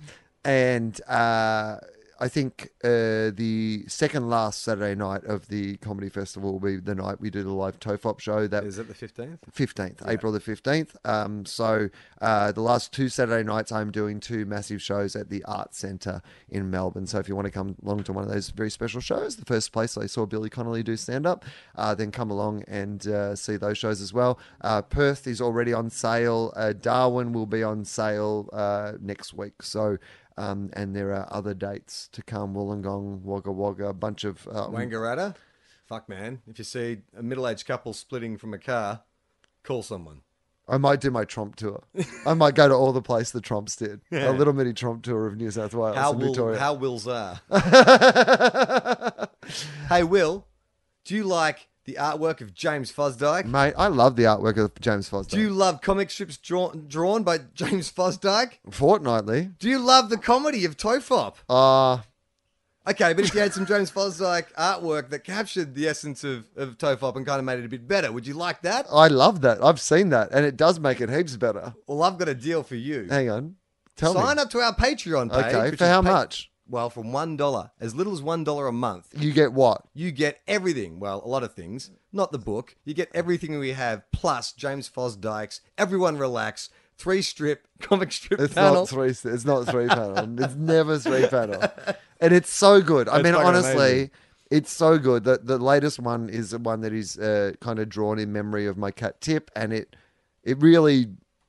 B: And uh, I think uh, the second last Saturday night of the comedy festival will be the night we do the live TOFOP show. That
A: Is it the 15th?
B: 15th, April the 15th. Um, so uh, the last two Saturday nights, I'm doing two massive shows at the Art Centre in Melbourne. So if you want to come along to one of those very special shows, the first place I saw Billy Connolly do stand up, uh, then come along and uh, see those shows as well. Uh, Perth is already on sale. Uh, Darwin will be on sale uh, next week. So. Um, and there are other dates to come: Wollongong, Wagga Wagga, a bunch of uh,
A: Wangaratta? Fuck, man. If you see a middle aged couple splitting from a car, call someone.
B: I might do my Trump tour. I might go to all the place the Trumps did. A little mini Trump tour of New South Wales
A: How,
B: and
A: will,
B: Victoria.
A: how wills are. hey, Will, do you like the artwork of James Fosdyke?
B: Mate, I love the artwork of James Foster.
A: Do you love comic strips drawn, drawn by James Fosdyke?
B: Fortnightly.
A: Do you love the comedy of Tofop?
B: Uh,
A: Okay, but if you had some James Fosdyke artwork that captured the essence of, of Tofop and kind of made it a bit better, would you like that?
B: I love that. I've seen that. And it does make it heaps better.
A: Well, I've got a deal for you.
B: Hang on. Tell
A: Sign
B: me.
A: up to our Patreon page.
B: Okay,
A: which
B: for
A: is
B: how
A: pa-
B: much?
A: Well, from one dollar, as little as one dollar a month,
B: You get what?
A: you get everything. Well, a lot of things, not the book. You get everything we have, plus James Fosdyke's "Everyone Relax" three strip comic strip
B: It's
A: panel.
B: not three. It's not three panel. It's never three panel, and it's so good. I
A: It's
B: mean,
A: fucking
B: honestly,
A: amazing.
B: it's so good. The the latest one is the one that is uh, kind of drawn in memory of my cat Tip, and it it really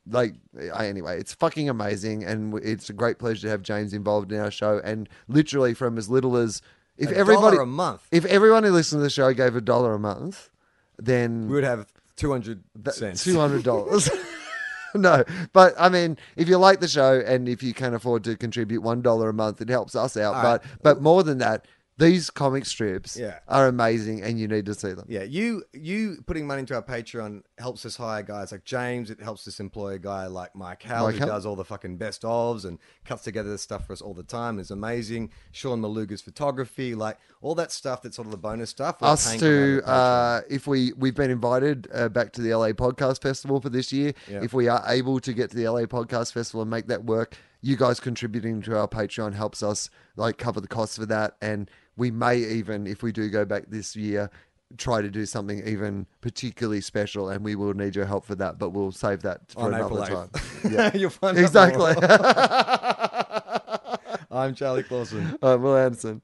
B: like I, anyway, it's fucking amazing, and w- it's a great pleasure to have James involved in our show. And literally, from as little as if
A: A
B: everybody
A: dollar a month.
B: if everyone who listened to the show gave a dollar a month, then
A: we would have two hundred cents.
B: Two hundred dollars. no, but I mean, if you like the show and if you can afford to contribute one dollar a month, it helps us out.
A: All
B: but but more than that, these comic strips
A: Yeah.
B: are amazing, and you need to see them.
A: Yeah, you you putting money into our Patreon helps us hire guys like James. It helps us employ a guy like Mike Howell,
B: Mike
A: who
B: Howell.
A: does all the fucking best ofs and cuts together this stuff for us all the time. It's amazing. Sean Maluga's photography, like all that stuff. That's sort of the bonus stuff. we're
B: us
A: paying for
B: to
A: that on Patreon.
B: uh, if we we've been invited uh, back to the LA Podcast Festival for this year.
A: Yeah.
B: If we are able to get to the LA Podcast Festival and make that work, you guys contributing to our Patreon helps us like cover the costs for that, and we may even if we do go back this year. Try to do something even particularly special, and we will need your help for that. But we'll save that for
A: on
B: another
A: April
B: time.
A: eighth. You'll find out more.
B: exactly.
A: I'm Charlie Clausen.
B: Uh, Will Anderson.